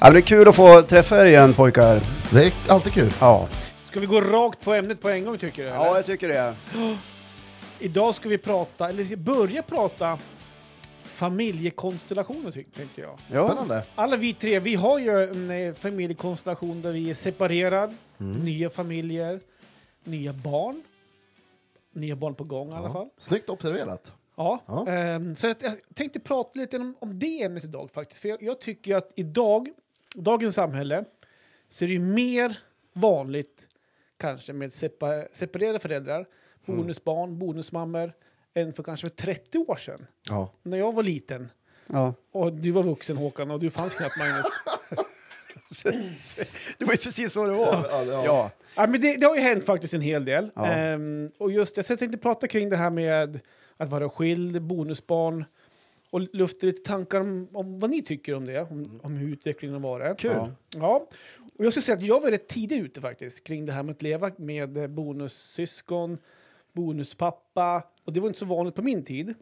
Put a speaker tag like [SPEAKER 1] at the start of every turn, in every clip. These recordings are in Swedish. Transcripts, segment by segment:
[SPEAKER 1] men det är kul att få träffa er igen pojkar.
[SPEAKER 2] Det är alltid kul.
[SPEAKER 1] Ja,
[SPEAKER 3] Ska vi gå rakt på ämnet på en gång tycker du? eller?
[SPEAKER 1] ja jag tycker det.
[SPEAKER 3] Idag ska vi prata, eller ska börja prata familjekonstellationer ty- tänkte jag.
[SPEAKER 1] Ja.
[SPEAKER 2] Spännande.
[SPEAKER 3] Alla vi tre, vi har ju en eh, familjekonstellation där vi är separerad, nya familjer, nya barn. Nya barn på gång i alla fall.
[SPEAKER 2] Ja. Snyggt observerat.
[SPEAKER 3] Ja.
[SPEAKER 2] Ja.
[SPEAKER 3] ehm, så att jag tänkte prata lite om, om det ämnet idag faktiskt. För jag, jag tycker att idag, dagens samhälle, så är det ju mer vanligt kanske med sepa, separerade föräldrar, bonusbarn, bonusmammor, än för kanske för 30 år sedan.
[SPEAKER 2] Ja.
[SPEAKER 3] När jag var liten.
[SPEAKER 1] Ja.
[SPEAKER 3] Och du var vuxen Håkan och du fanns knappt Magnus.
[SPEAKER 1] Det var ju precis så det var.
[SPEAKER 2] Ja, ja.
[SPEAKER 1] Ja.
[SPEAKER 3] ja, men det, det har ju hänt faktiskt en hel del.
[SPEAKER 1] Ja.
[SPEAKER 3] Ehm, och just jag tänkte prata kring det här med att vara skild, bonusbarn och lufta lite tankar om, om vad ni tycker om det, om, om hur utvecklingen har varit.
[SPEAKER 2] Kul.
[SPEAKER 3] Ja. Ja. Och jag skulle säga att jag var rätt tidigt ute faktiskt kring det här med att leva med eh, bonussyskon, bonuspappa och det var inte så vanligt på min tid.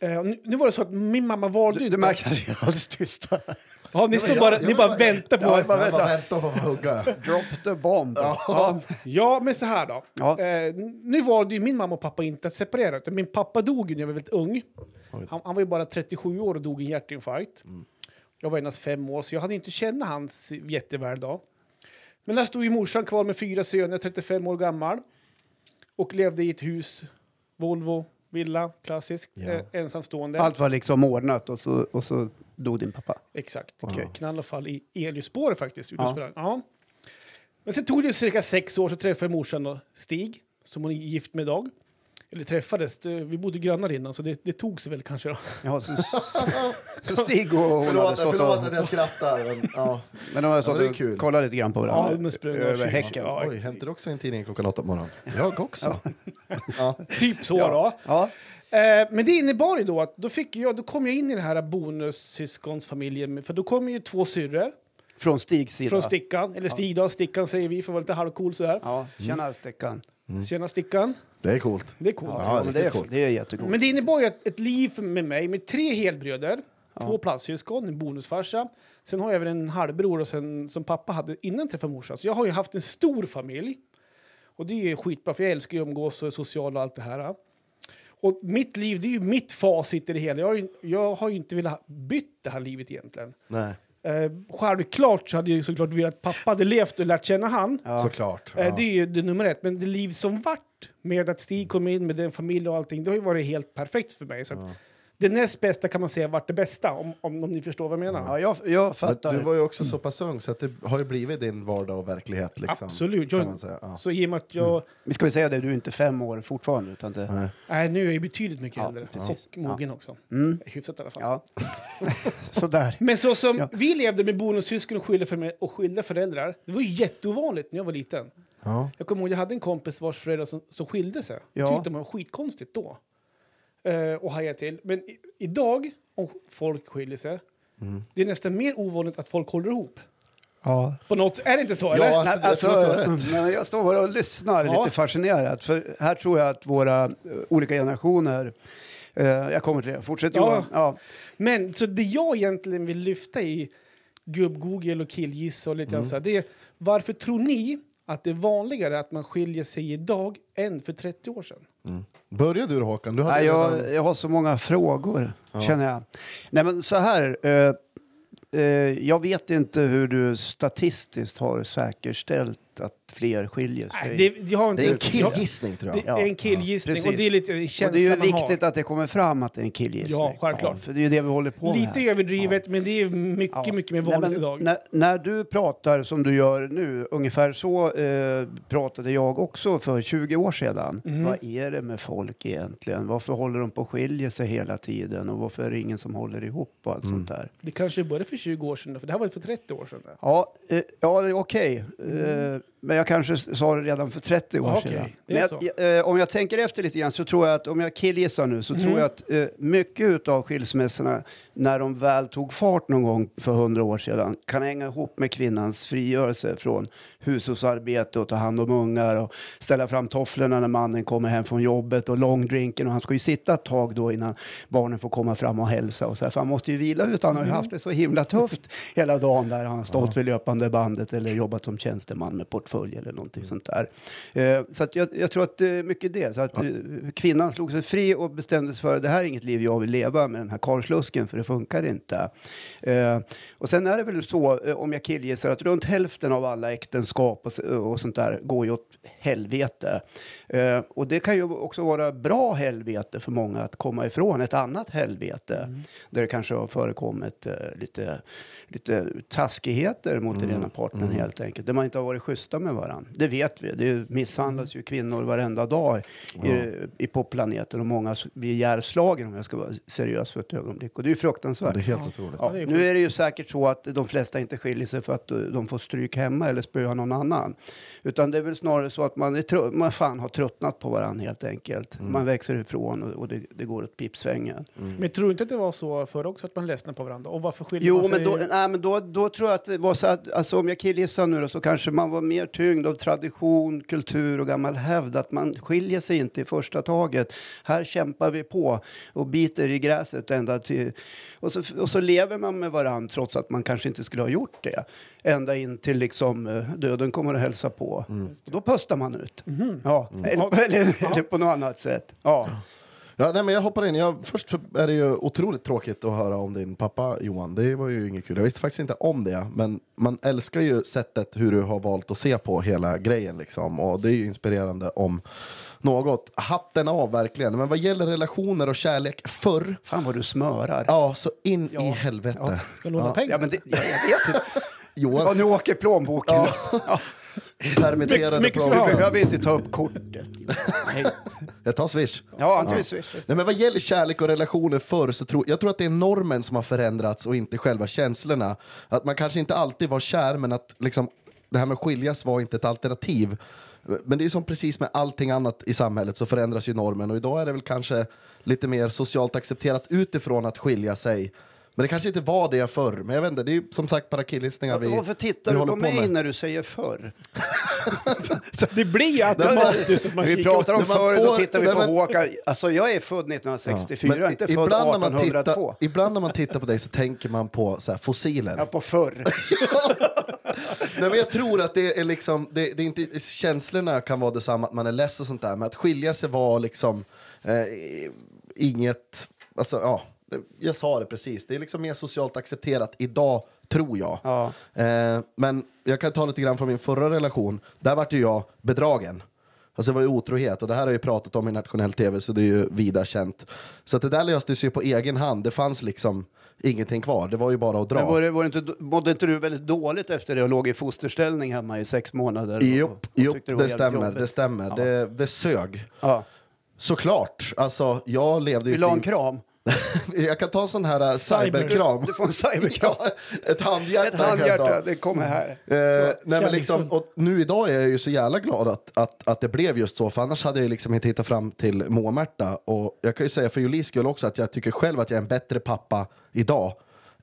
[SPEAKER 3] Eh, och nu, nu var det så att min mamma valde
[SPEAKER 1] Du,
[SPEAKER 3] inte...
[SPEAKER 1] du märker att vi är alldeles tysta.
[SPEAKER 3] ja, ni
[SPEAKER 2] Ja, men
[SPEAKER 3] står
[SPEAKER 2] jag-
[SPEAKER 3] bara,
[SPEAKER 2] jag
[SPEAKER 3] ni
[SPEAKER 2] vill
[SPEAKER 3] bara
[SPEAKER 2] bara-
[SPEAKER 3] väntar på...
[SPEAKER 1] Ja, bara
[SPEAKER 2] Jag bara
[SPEAKER 1] vänta.
[SPEAKER 2] väntar på att hugga.
[SPEAKER 1] Drop the bomb. Ja.
[SPEAKER 3] Ja, men så här då.
[SPEAKER 1] Ja.
[SPEAKER 3] Eh, nu var det ju min mamma och pappa inte att separera. Utan min pappa dog ju när jag var väldigt ung. Han, han var ju bara 37 år och dog i en hjärtinfarkt. Jag var endast fem år, så jag hade inte känna hans jätteväl då. Men där stod ju morsan kvar med fyra söner, 35 år gammal. Och levde i ett hus, Volvo, villa, klassiskt,
[SPEAKER 2] Ja.
[SPEAKER 3] eh, ensamstående.
[SPEAKER 1] Allt var liksom ordnat och så, och så dog din pappa.
[SPEAKER 3] Exakt.
[SPEAKER 1] Okej.
[SPEAKER 3] Knall och fall i elljusspåret faktiskt.
[SPEAKER 1] Ja.
[SPEAKER 3] Ja. Ja. Men sen tog det cirka sex år så träffade jag morsan och Stig, som hon är gift med idag. Eller träffades, det- vi bodde grannar innan så det, det tog sig väl kanske då.
[SPEAKER 1] Ja, så, så Stig och hon hade
[SPEAKER 2] Förlåt,
[SPEAKER 1] stått
[SPEAKER 2] förlåt
[SPEAKER 1] och,
[SPEAKER 2] att jag skrattar. Men, ja.
[SPEAKER 1] men de hade
[SPEAKER 2] Ja, det är
[SPEAKER 1] stått
[SPEAKER 2] kul.
[SPEAKER 1] och kollat lite grann på
[SPEAKER 3] Ja,
[SPEAKER 1] varandra
[SPEAKER 3] de sprang
[SPEAKER 1] över
[SPEAKER 3] och-
[SPEAKER 1] häcken.
[SPEAKER 3] Ja,
[SPEAKER 2] Oj, hämtar du också en tidning klockan åtta på morgonen? Jag också. Ja.
[SPEAKER 3] typ så då.
[SPEAKER 1] Ja.
[SPEAKER 3] Eh, men det innebar ju då att då, fick jag, då kom jag in i den här bonussyskonsfamiljen. För då kom ju två syrror
[SPEAKER 1] Från Stigs sida.
[SPEAKER 3] från Stickan. Eller Stig då, Stickan säger vi för att vara lite halvcool sådär.
[SPEAKER 1] Ja,
[SPEAKER 3] Mm.
[SPEAKER 1] tjena Stickan.
[SPEAKER 3] Tjena Stickan,
[SPEAKER 2] Det är coolt.
[SPEAKER 3] det är coolt.
[SPEAKER 1] Ja,
[SPEAKER 2] Ja,
[SPEAKER 1] men
[SPEAKER 2] det
[SPEAKER 1] det
[SPEAKER 2] är
[SPEAKER 1] är,
[SPEAKER 2] coolt.
[SPEAKER 1] det är jättegott.
[SPEAKER 3] Men det innebar ju ett, ett liv med mig med tre helbröder, två plastsyskon, en bonusfarsa. Sen har jag även en halvbror och sen, som pappa hade innan jag träffade morsan. Så jag har ju haft en stor familj. Och det är ju skitbra för jag älskar ju att umgås och är social och allt det här. Och mitt liv, det är ju mitt facit i det hela. Jag har ju, jag har ju inte velat ha- bytt det här livet egentligen.
[SPEAKER 2] Nej,
[SPEAKER 3] Eh, självklart så hade jag ju såklart velat att pappa hade levt och lärt känna han.
[SPEAKER 2] såklart.
[SPEAKER 3] Eh, Det är ju det nummer ett. Men det liv som vart med att Stig kom in med den familj och allting, det har ju varit helt perfekt för mig. Så att Det näst bästa kan man säga vart det bästa, om, om, om ni förstår vad jag
[SPEAKER 1] Ja,
[SPEAKER 3] menar.
[SPEAKER 1] jag, jag fattar.
[SPEAKER 2] Du var ju också så pass ung så att det har ju blivit din vardag och verklighet. Liksom,
[SPEAKER 3] Absolut.
[SPEAKER 2] Kan
[SPEAKER 3] Jag,
[SPEAKER 2] man säga. Ja.
[SPEAKER 3] Så i och med att jag...
[SPEAKER 1] Vi ska väl säga det, du är inte fem år fortfarande. Utan det,
[SPEAKER 2] Nej.
[SPEAKER 3] Nej, nu är jag ju betydligt mycket
[SPEAKER 1] Ja,
[SPEAKER 3] äldre.
[SPEAKER 1] precis.
[SPEAKER 3] Och mogen också. Hyfsat i alla fall.
[SPEAKER 1] Mm, ja. Sådär.
[SPEAKER 3] Men så som vi levde med bonussyskon och skilda, famil- och skilda föräldrar, det var ju jätteovanligt när jag var liten.
[SPEAKER 2] Ja.
[SPEAKER 3] Jag kommer ihåg, jag hade en kompis vars föräldrar som, som skilde sig.
[SPEAKER 1] Ja.
[SPEAKER 3] Tyckte man var skitkonstigt då. Eh, och hajade till. Men i, idag, om folk skiljer sig, det är nästan mer ovanligt att folk håller ihop.
[SPEAKER 1] Ja.
[SPEAKER 3] På något, är det inte så?
[SPEAKER 2] Ja,
[SPEAKER 3] eller?
[SPEAKER 2] alltså, jag tror att du har rätt.
[SPEAKER 1] men jag står bara och lyssnar
[SPEAKER 3] Ja.
[SPEAKER 1] lite fascinerat. För här tror jag att våra eh, olika generationer... Eh, jag kommer till det. Fortsätt
[SPEAKER 3] Ja.
[SPEAKER 1] Johan. Ja.
[SPEAKER 3] Men så det jag egentligen vill lyfta i gubb-Google och killgissa och lite grann så här, det är varför tror ni att det är vanligare att man skiljer sig idag än för 30 år sedan?
[SPEAKER 2] Börja du då, Håkan. Du hade
[SPEAKER 1] Nej,
[SPEAKER 2] redan-
[SPEAKER 1] jag, jag har så många frågor, känner jag. Nej, men så här. Eh, eh, jag vet inte hur du statistiskt har säkerställt att fler skiljer sig.
[SPEAKER 3] Nej, det, jag har inte,
[SPEAKER 2] Det är en
[SPEAKER 3] jag-
[SPEAKER 2] killgissning, tror
[SPEAKER 3] Det
[SPEAKER 2] jag.
[SPEAKER 1] Ja,
[SPEAKER 3] är en killgissning
[SPEAKER 1] precis.
[SPEAKER 3] och det är lite en
[SPEAKER 1] Och det är
[SPEAKER 3] känsla
[SPEAKER 1] ju
[SPEAKER 3] man har.
[SPEAKER 1] viktigt att det kommer fram att det är en killgissning.
[SPEAKER 3] Ja, självklart.
[SPEAKER 1] för det är ju det vi håller på med.
[SPEAKER 3] Lite
[SPEAKER 1] här.
[SPEAKER 3] överdrivet, men det är mycket,
[SPEAKER 1] Ja.
[SPEAKER 3] mycket mer
[SPEAKER 1] Nej,
[SPEAKER 3] vanligt
[SPEAKER 1] men
[SPEAKER 3] idag.
[SPEAKER 1] När, när du pratar som du gör nu, ungefär så eh, pratade jag också för 20 år sedan.
[SPEAKER 3] Mhm.
[SPEAKER 1] Vad är det med folk egentligen? Varför håller de på och skiljer sig hela tiden? Och varför är det ingen som håller ihop och
[SPEAKER 3] Mm.
[SPEAKER 1] allt sånt där?
[SPEAKER 3] Det kanske började för 20 år sedan, för det här var ju för 30 år sedan.
[SPEAKER 1] Ja, eh, ja det är okej. Eh, Men jag kanske sa det redan för 30 år
[SPEAKER 3] Mm. Ja, okej.
[SPEAKER 1] sedan.
[SPEAKER 3] Det är
[SPEAKER 1] Men jag,
[SPEAKER 3] så.
[SPEAKER 1] jag, eh, om jag tänker efter lite grann så tror jag att, om jag killgissar nu, så tror jag att eh, mycket av skilsmässorna, när de väl tog fart någon gång för hundra år sedan, kan hänga ihop med kvinnans frigörelse från hushållsarbete och ta hand om ungar och ställa fram tofflorna när mannen kommer hem från jobbet och långdrinken och han ska ju sitta ett tag då innan barnen får komma fram och hälsa och så här, för han måste ju vila ut, han har ju haft det så himla tufft hela dagen där han har stått vid löpande bandet eller jobbat som tjänsteman med portfölj eller någonting sånt där. Eh, så att jag, jag tror att det är mycket det, så att eh, kvinnan slog sig fri och bestämde sig för det här är inget liv jag vill leva med den här karlslusken för det funkar inte. Eh, och sen är det väl så, eh, om jag killgissar, att runt hälften av alla äktenskap och, s- och sånt där går ju åt helvete. Eh, och det kan ju också vara bra helvete för många att komma ifrån ett annat helvete där det kanske har förekommit eh, lite, lite taskigheter mot den ena parten helt enkelt. Där man inte har varit schyssta med varandra. Det vet vi. Det är ju- misshandlas ju kvinnor varenda dag i, i, på planeten och många s- blir ihjälslagen om jag ska vara seriös för ett ögonblick. Och det är ju fruktansvärt.
[SPEAKER 2] Det är helt otroligt.
[SPEAKER 1] Ja,
[SPEAKER 3] det är
[SPEAKER 1] nu är det ju säkert så att de flesta inte skiljer sig för att eh, de får stryk hemma eller spöa någon annan. Utan det är väl snarare så att man, är trö- man fan har tröttnat på varandra helt enkelt. Man växer ifrån och, och det, det går åt pipsvängen.
[SPEAKER 3] Men tror du inte att det var så förr också, att man ledsnade på varandra? Och varför skiljer
[SPEAKER 1] Jo,
[SPEAKER 3] man
[SPEAKER 1] men,
[SPEAKER 3] sig?
[SPEAKER 1] då, nej, men då, då tror jag att det var så att alltså, om jag killgissar nu då, så kanske man var mer tyngd av tradition, kultur och gammal hävd. Att man skiljer sig inte i första taget. Här kämpar vi på och biter i gräset ända till... Och så, och så lever man med varann trots att man kanske inte skulle ha gjort det. Ända in till liksom eh, döden kommer att hälsa på. Och då pustar man ut. Mhm. Ja. Eller, eller, eller på något annat sätt. Ja.
[SPEAKER 2] Ja, nej, men jag hoppar in. Jag, först för- är det ju otroligt tråkigt att höra om din pappa Johan. Det var ju inget kul. Jag visste faktiskt inte om det. Men man älskar ju sättet hur du har valt att se på hela grejen. Liksom. Och det är ju inspirerande om något. Hatten av verkligen. Men vad gäller relationer och kärlek förr.
[SPEAKER 1] Fan vad du smörar.
[SPEAKER 2] Ja, så in i helvete.
[SPEAKER 3] Ska låna pengar?
[SPEAKER 1] Ja, men det, jag, jag vet inte. Ja,
[SPEAKER 2] Johan,
[SPEAKER 1] nu åker plånboken.
[SPEAKER 2] permitterade
[SPEAKER 3] Mycket
[SPEAKER 2] plan.
[SPEAKER 3] skulle
[SPEAKER 1] Du
[SPEAKER 3] Ja.
[SPEAKER 1] behöver inte ta upp kortet. Nej.
[SPEAKER 2] Jag tar swish.
[SPEAKER 1] Ja, han tar ju
[SPEAKER 2] Nej, men vad gäller kärlek och relationer förr så tror jag tror att det är normen som har förändrats och inte själva känslorna. Att man kanske inte alltid var kär men att liksom, det här med skiljas var inte ett alternativ. Men det är som precis med allting annat i samhället så förändras ju normen och idag är det väl kanske lite mer socialt accepterat utifrån att skilja sig. Men det kanske inte var det förr. Men jag vet inte, det är ju som sagt bara killgissningar vi,
[SPEAKER 1] Varför tittar
[SPEAKER 2] vi
[SPEAKER 1] du
[SPEAKER 2] håller
[SPEAKER 1] på
[SPEAKER 2] på
[SPEAKER 1] mig
[SPEAKER 2] med.
[SPEAKER 1] när du säger förr?
[SPEAKER 3] Det blir ju automatiskt att man
[SPEAKER 1] vi
[SPEAKER 3] kikar
[SPEAKER 1] pratar om
[SPEAKER 2] men man
[SPEAKER 1] förr, då
[SPEAKER 2] får-
[SPEAKER 1] tittar vi
[SPEAKER 2] Nej,
[SPEAKER 1] på
[SPEAKER 2] men-
[SPEAKER 1] Håkan. Alltså, jag är född 1964, jag är inte
[SPEAKER 2] i-
[SPEAKER 1] född
[SPEAKER 2] ibland, när man
[SPEAKER 1] 1802.
[SPEAKER 2] tittar, ibland när man tittar på dig så tänker man på så här, fossiler.
[SPEAKER 1] Ja, på förr.
[SPEAKER 2] Nej, men jag tror att det är liksom, det, det är inte, känslorna kan vara detsamma, att man är less och sånt där, men att skilja sig var liksom eh, inget, alltså ja, det- jag sa det precis, det är liksom mer socialt accepterat idag, tror jag.
[SPEAKER 1] Ja.
[SPEAKER 2] Eh, men jag kan ta lite grann från min förra relation, där vart ju jag bedragen. Alltså det var ju otrohet och det här har jag ju pratat om i nationell tv så det är ju vida känt. Så att det där löstes ju på egen hand, det fanns liksom ingenting kvar, det var ju bara att dra.
[SPEAKER 1] Men var det, var det inte, mådde inte du väldigt dåligt efter det och låg i fosterställning hemma i sex månader? och- och
[SPEAKER 2] Jopp,
[SPEAKER 1] tyckte
[SPEAKER 2] jopp,
[SPEAKER 1] var
[SPEAKER 2] det
[SPEAKER 1] jävligt
[SPEAKER 2] stämmer.
[SPEAKER 1] jobbigt?
[SPEAKER 2] Det stämmer. Det, det sög.
[SPEAKER 1] Ja.
[SPEAKER 2] Såklart. Alltså, jag levde ju...
[SPEAKER 1] Vill du ha en
[SPEAKER 2] ett liv-
[SPEAKER 1] kram?
[SPEAKER 2] jag kan ta en sån här äh, cyberkram.
[SPEAKER 1] Du får en cyberkram.
[SPEAKER 2] Ja, ett handhjärta.
[SPEAKER 1] Ett
[SPEAKER 2] kan jag ta.
[SPEAKER 1] handhjärta, det kommer här.
[SPEAKER 2] Eh, nej, men
[SPEAKER 3] kärleksfull.
[SPEAKER 2] liksom, och nu idag är jag ju så jävla glad att, att, att det blev just så, för annars hade jag ju liksom inte hittat fram till Moa-Märta. Och jag kan ju säga för Julis skull också att jag tycker själv att jag är en bättre pappa idag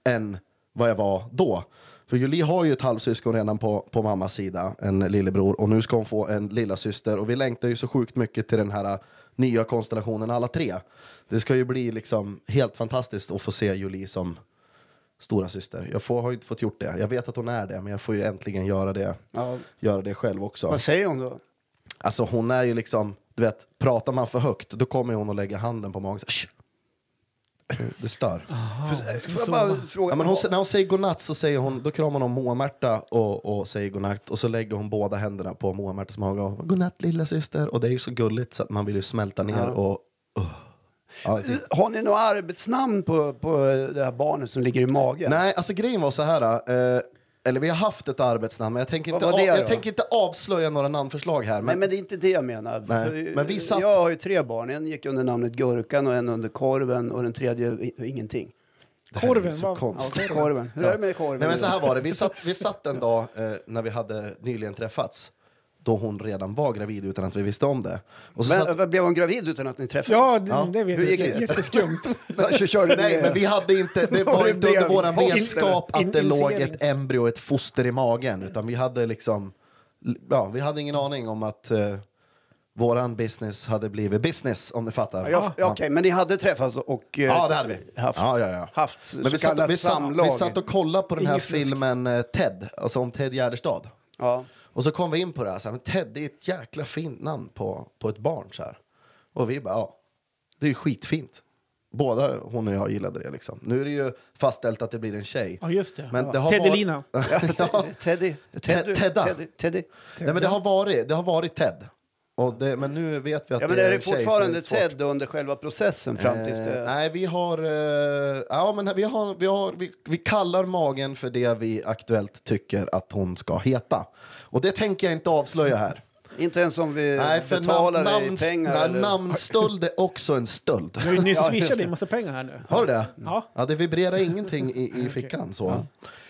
[SPEAKER 2] än vad jag var då. För Julie har ju ett halvsyskon redan på, på mammas sida, en lillebror, och nu ska hon få en lilla syster. Och vi längtar ju så sjukt mycket till den här äh, nya konstellationen alla tre. Det ska ju bli liksom helt fantastiskt att få se Julie som stora syster. Jag får, har ju inte fått gjort det. Jag vet att hon är det, men jag får ju äntligen göra det,
[SPEAKER 1] Ja.
[SPEAKER 2] göra det själv också.
[SPEAKER 1] Vad säger hon då?
[SPEAKER 2] Alltså hon är ju liksom, du vet, pratar man för högt, då kommer hon att lägga handen på magen. Så, här, "Shh." det stör.
[SPEAKER 1] Ah. Får jag bara fråga?
[SPEAKER 2] Ja, men hon, när hon säger godnatt så säger hon, då kramar hon om Moa-Märta och, och säger godnatt och så lägger hon båda händerna på Moa-Märtas mage och godnatt lilla syster. Och det är ju så gulligt så att man vill ju smälta ner och... Uh. Ja, det är fint.
[SPEAKER 1] Har ni något arbetsnamn på, på det här barnet som ligger i magen?
[SPEAKER 2] Nej, alltså grejen var så här. Eh, eller vi har haft ett arbetsnamn, men jag tänker
[SPEAKER 1] Vad
[SPEAKER 2] inte,
[SPEAKER 1] var
[SPEAKER 2] av,
[SPEAKER 1] det
[SPEAKER 2] jag
[SPEAKER 1] då?
[SPEAKER 2] tänker inte avslöja några namnförslag här.
[SPEAKER 1] Nej,
[SPEAKER 2] Men,
[SPEAKER 1] men det är inte det jag menar.
[SPEAKER 2] Nej, men vi satt-
[SPEAKER 1] Jag har ju tre barn. En gick under namnet Gurkan och en under Korven och den tredje i- ingenting.
[SPEAKER 2] det här är
[SPEAKER 3] Korven,
[SPEAKER 2] så
[SPEAKER 3] vad-
[SPEAKER 2] konstigt.
[SPEAKER 1] Ja, korven. Hur är det med korven?
[SPEAKER 2] Nej, men
[SPEAKER 1] nu?
[SPEAKER 2] så här var det. Vi satt, vi satt en dag eh, när vi hade nyligen träffats. då hon redan var gravid utan att vi visste om det. Och så
[SPEAKER 1] Men,
[SPEAKER 2] satt,
[SPEAKER 1] Blev hon gravid utan att ni träffades?
[SPEAKER 3] Ja, det,
[SPEAKER 2] Ja.
[SPEAKER 3] det vet
[SPEAKER 1] Hur
[SPEAKER 3] jag.
[SPEAKER 1] gick det?
[SPEAKER 3] Jätteskumt.
[SPEAKER 1] Ja. Körde ni-
[SPEAKER 2] nej, men vi hade inte, det var
[SPEAKER 1] Det
[SPEAKER 2] inte
[SPEAKER 1] blev
[SPEAKER 2] under våran
[SPEAKER 1] post.
[SPEAKER 2] vetskap
[SPEAKER 3] In-
[SPEAKER 2] att det låg
[SPEAKER 3] inseminering.
[SPEAKER 2] ett embryo, ett foster i magen, utan vi hade liksom, ja, vi hade ingen aning om att eh, våran business hade blivit business, om ni fattar.
[SPEAKER 1] Ja, ja, Okej, men ni hade träffats och eh,
[SPEAKER 2] Ja, det hade vi.
[SPEAKER 1] haft,
[SPEAKER 2] Ja, ja, ja.
[SPEAKER 1] haft
[SPEAKER 2] Men vi,
[SPEAKER 1] så kallat
[SPEAKER 2] satt, vi, satt,
[SPEAKER 1] samlag.
[SPEAKER 2] vi satt och kollade på den här
[SPEAKER 3] Inget snusk.
[SPEAKER 2] filmen eh, Ted, alltså om Ted Gärdestad.
[SPEAKER 1] ja.
[SPEAKER 2] Och så kom vi in på det här, så här men Ted det är ett jäkla fint namn på, på ett barn. Så här. Och vi bara, ja, det är ju skitfint. Båda hon och jag gillade det. Liksom. Nu är det ju fastställt att det blir en tjej.
[SPEAKER 3] Ja, just det.
[SPEAKER 2] Men det har
[SPEAKER 3] Teddelina.
[SPEAKER 2] varit-
[SPEAKER 1] Ja, Teddy. Teddy.
[SPEAKER 2] Tedda.
[SPEAKER 1] Teddy. Teddy.
[SPEAKER 2] Nej, men det har varit, det har varit Ted. Och det, men nu vet vi att
[SPEAKER 1] Ja, men
[SPEAKER 2] det
[SPEAKER 1] är
[SPEAKER 2] är
[SPEAKER 1] det
[SPEAKER 2] en tjej, så
[SPEAKER 1] fortfarande
[SPEAKER 2] är svårt.
[SPEAKER 1] Ted under själva processen fram tills
[SPEAKER 2] Eh,
[SPEAKER 1] det...
[SPEAKER 2] nej, vi har... Eh, ja, men vi, har, vi, har vi, vi kallar magen för det vi aktuellt tycker att hon ska heta. Och det tänker jag inte avslöja här.
[SPEAKER 1] Inte ens om vi
[SPEAKER 2] Nej, för
[SPEAKER 1] betalar
[SPEAKER 2] nam-
[SPEAKER 1] Eh, dig
[SPEAKER 2] namns-
[SPEAKER 1] pengar?
[SPEAKER 2] nej,
[SPEAKER 1] eller?
[SPEAKER 2] namnstöld är också en stöld.
[SPEAKER 3] Du har ju nyss swishat dig en massa pengar här nu.
[SPEAKER 2] Har du det?
[SPEAKER 3] Ja.
[SPEAKER 2] det vibrerar ingenting i, i fickan. Så.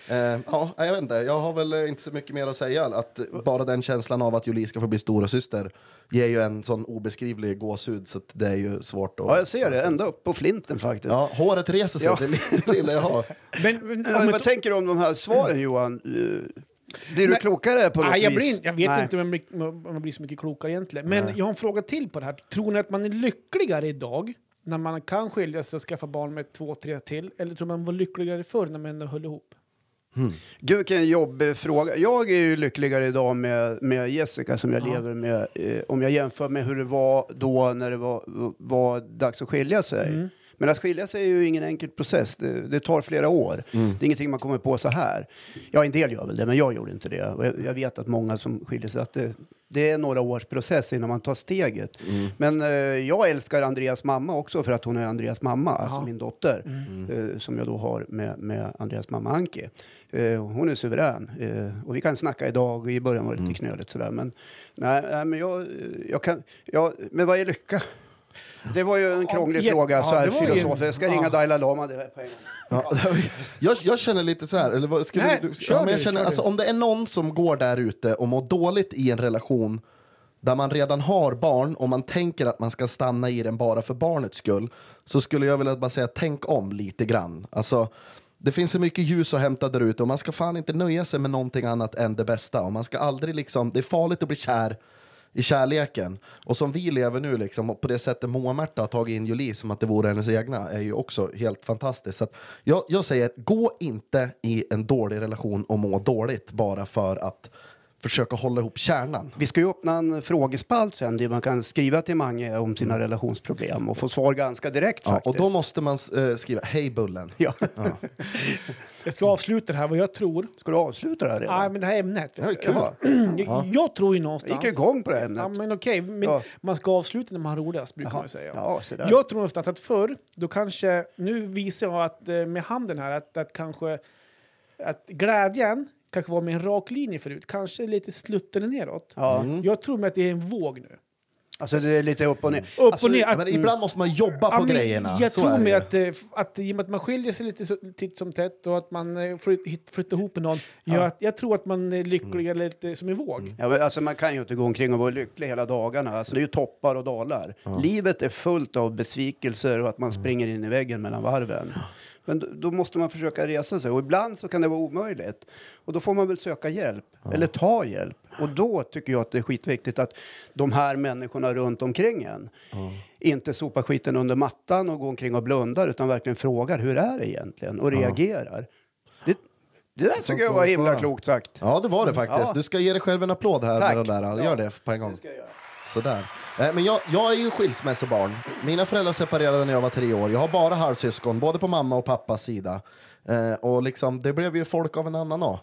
[SPEAKER 2] Ja. ja, nej, jag vet inte. Jag har väl eh, inte så mycket mer att säga. Att eh, bara den känslan av att Julie ska få bli stora syster ger ju en sån obeskrivlig gåshud så att det är ju svårt att...
[SPEAKER 1] Ja, jag ser det. Ända upp på flinten faktiskt.
[SPEAKER 2] Ja, håret reser sig,
[SPEAKER 1] Ja.
[SPEAKER 2] det li- det lilla jag har.
[SPEAKER 3] Men, men, Mm.
[SPEAKER 1] Ja, Eh, vad tänker du om de här svaren, Johan? Eh, Blir du
[SPEAKER 3] Nej.
[SPEAKER 1] klokare på något
[SPEAKER 3] Nej, jag,
[SPEAKER 1] vis?
[SPEAKER 3] blir, jag vet
[SPEAKER 1] Nej.
[SPEAKER 3] inte om jag, blir, om jag blir så mycket klokare egentligen. Men jag har en fråga till på det här. Tror ni att man är lyckligare idag när man kan skilja sig och skaffa barn med två, tre till? Eller tror man var lyckligare förr när man ändå höll ihop?
[SPEAKER 1] Gud, vilken jobbig fråga. Jag är ju lyckligare idag med, med Jessica som jag
[SPEAKER 3] Ja.
[SPEAKER 1] lever med. Eh, om jag jämför med hur det var då när det var, var dags att skilja sig.
[SPEAKER 3] Mm.
[SPEAKER 1] Men att skilja sig är ju ingen enkel process. Det, det tar flera år.
[SPEAKER 3] Mm.
[SPEAKER 1] Det är ingenting man kommer på så här. Ja, en del gör väl det, men jag gjorde inte det. Och jag, jag vet att många som skiljer sig, att det, det är några års process innan man tar steget. Men eh, jag älskar Andreas mamma också för att hon är Andreas mamma, alltså
[SPEAKER 3] Ja.
[SPEAKER 1] min dotter,
[SPEAKER 3] Mm.
[SPEAKER 1] eh, som jag då har med, med Andreas mamma Anki. Eh, hon är suverän. Eh, och vi kan snacka idag, och i början var det lite
[SPEAKER 3] Mm.
[SPEAKER 1] knöligt sådär. Men, nej, nej, men, jag, jag kan, jag, men vad är lycka? Det var ju en
[SPEAKER 3] Ja,
[SPEAKER 1] krånglig
[SPEAKER 3] ja,
[SPEAKER 1] fråga, så här
[SPEAKER 3] det var ju-
[SPEAKER 1] filosofiskt. Jag ska
[SPEAKER 3] ja.
[SPEAKER 1] ringa Dalai Lama det här på en gång.
[SPEAKER 2] Ja, jag, jag känner lite så här, eller vad, skulle
[SPEAKER 3] Nej,
[SPEAKER 2] du, du-
[SPEAKER 3] kör
[SPEAKER 2] ja, men jag
[SPEAKER 3] du,
[SPEAKER 2] känner,
[SPEAKER 3] kör
[SPEAKER 2] alltså,
[SPEAKER 3] du.
[SPEAKER 2] om det är någon som går där ute och mår dåligt i en relation där man redan har barn och man tänker att man ska stanna i den bara för barnets skull så skulle jag vilja bara säga tänk om lite grann. Alltså, det finns så mycket ljus att hämta där ute och man ska fan inte nöja sig med någonting annat än det bästa. Och man ska aldrig liksom, det är farligt att bli kär i kärleken. Och som vi lever nu, liksom, och på det sättet Moa-Märta har tagit in Julie som att det vore hennes egna, är ju också helt fantastiskt. Så att jag, jag säger, gå inte i en dålig relation och må dåligt bara för att försöka hålla ihop kärnan.
[SPEAKER 1] Vi ska ju öppna en frågespalt sen där man kan skriva till Mange om sina
[SPEAKER 3] Mm.
[SPEAKER 1] relationsproblem och få svar ganska direkt
[SPEAKER 2] Ja,
[SPEAKER 1] faktiskt.
[SPEAKER 2] och då måste man eh, skriva, hej Bullen.
[SPEAKER 1] Ja.
[SPEAKER 3] Jag ska avsluta det här, vad jag tror.
[SPEAKER 1] Ska du avsluta det här redan?
[SPEAKER 3] Nej, men det här ämnet.
[SPEAKER 2] Ja, kul.
[SPEAKER 3] Jag, jag tror ju
[SPEAKER 1] Jag
[SPEAKER 3] någonstans...
[SPEAKER 1] gick igång på det här
[SPEAKER 3] Ja,
[SPEAKER 1] ämnet.
[SPEAKER 3] men okej, men
[SPEAKER 1] Ja.
[SPEAKER 3] man ska avsluta när man har roligast, brukar man
[SPEAKER 1] Jaha.
[SPEAKER 3] ju säga.
[SPEAKER 1] Ja, så där.
[SPEAKER 3] Jag tror någonstans att förr, då kanske, nu visar jag att eh, med handen här att, att kanske att glädjen kanske var med en rak linje förut, kanske lite sluttade neråt.
[SPEAKER 1] Ja.
[SPEAKER 2] Mm.
[SPEAKER 3] Jag tror mig att det är en våg nu.
[SPEAKER 1] Alltså det är lite upp och ner.
[SPEAKER 3] Upp
[SPEAKER 2] Alltså,
[SPEAKER 3] och ner. Att,
[SPEAKER 2] men
[SPEAKER 1] mm.
[SPEAKER 2] ibland måste man jobba
[SPEAKER 3] ja,
[SPEAKER 2] på
[SPEAKER 3] men
[SPEAKER 2] grejerna.
[SPEAKER 3] Jag
[SPEAKER 2] Så är
[SPEAKER 3] tror
[SPEAKER 2] det
[SPEAKER 3] mig
[SPEAKER 2] ju.
[SPEAKER 3] att, eh, f- att i och med att man skiljer sig lite så- titt som tätt och att man eh, flyt- hitt- flyttar ihop med någon, gör att jag tror att man är
[SPEAKER 2] Mm.
[SPEAKER 3] lyckligare lite som en våg.
[SPEAKER 1] Ja, men alltså man kan ju inte gå omkring och vara lycklig hela dagarna. Alltså det är ju toppar och dalar. Livet är fullt av besvikelser och att man springer in i väggen mellan varven. Men då, då måste man försöka resa sig och ibland så kan det vara omöjligt. Och då får man väl söka hjälp, eller ta hjälp. Och då tycker jag att det är skitviktigt att de här människorna runt omkring en inte sopar skiten under mattan och går omkring och blundar utan verkligen frågar hur är det egentligen och reagerar. Det, det där tycker jag
[SPEAKER 2] som
[SPEAKER 1] var
[SPEAKER 2] vi
[SPEAKER 1] himla
[SPEAKER 2] svarar.
[SPEAKER 1] klokt sagt.
[SPEAKER 2] Ja, det var det faktiskt.
[SPEAKER 1] Ja.
[SPEAKER 2] Du ska ge dig själv en applåd här.
[SPEAKER 1] Tack.
[SPEAKER 2] Med den där. Gör
[SPEAKER 1] Ja.
[SPEAKER 2] det på en gång.
[SPEAKER 1] Det ska jag göra.
[SPEAKER 2] Sådär. Eh, Men jag, jag är ju skilsmässobarn. Mina föräldrar separerade när jag var tre år. Jag har bara halvsyskon, både på mamma och pappas sida. Eh, och liksom, det blev ju folk av en annan A.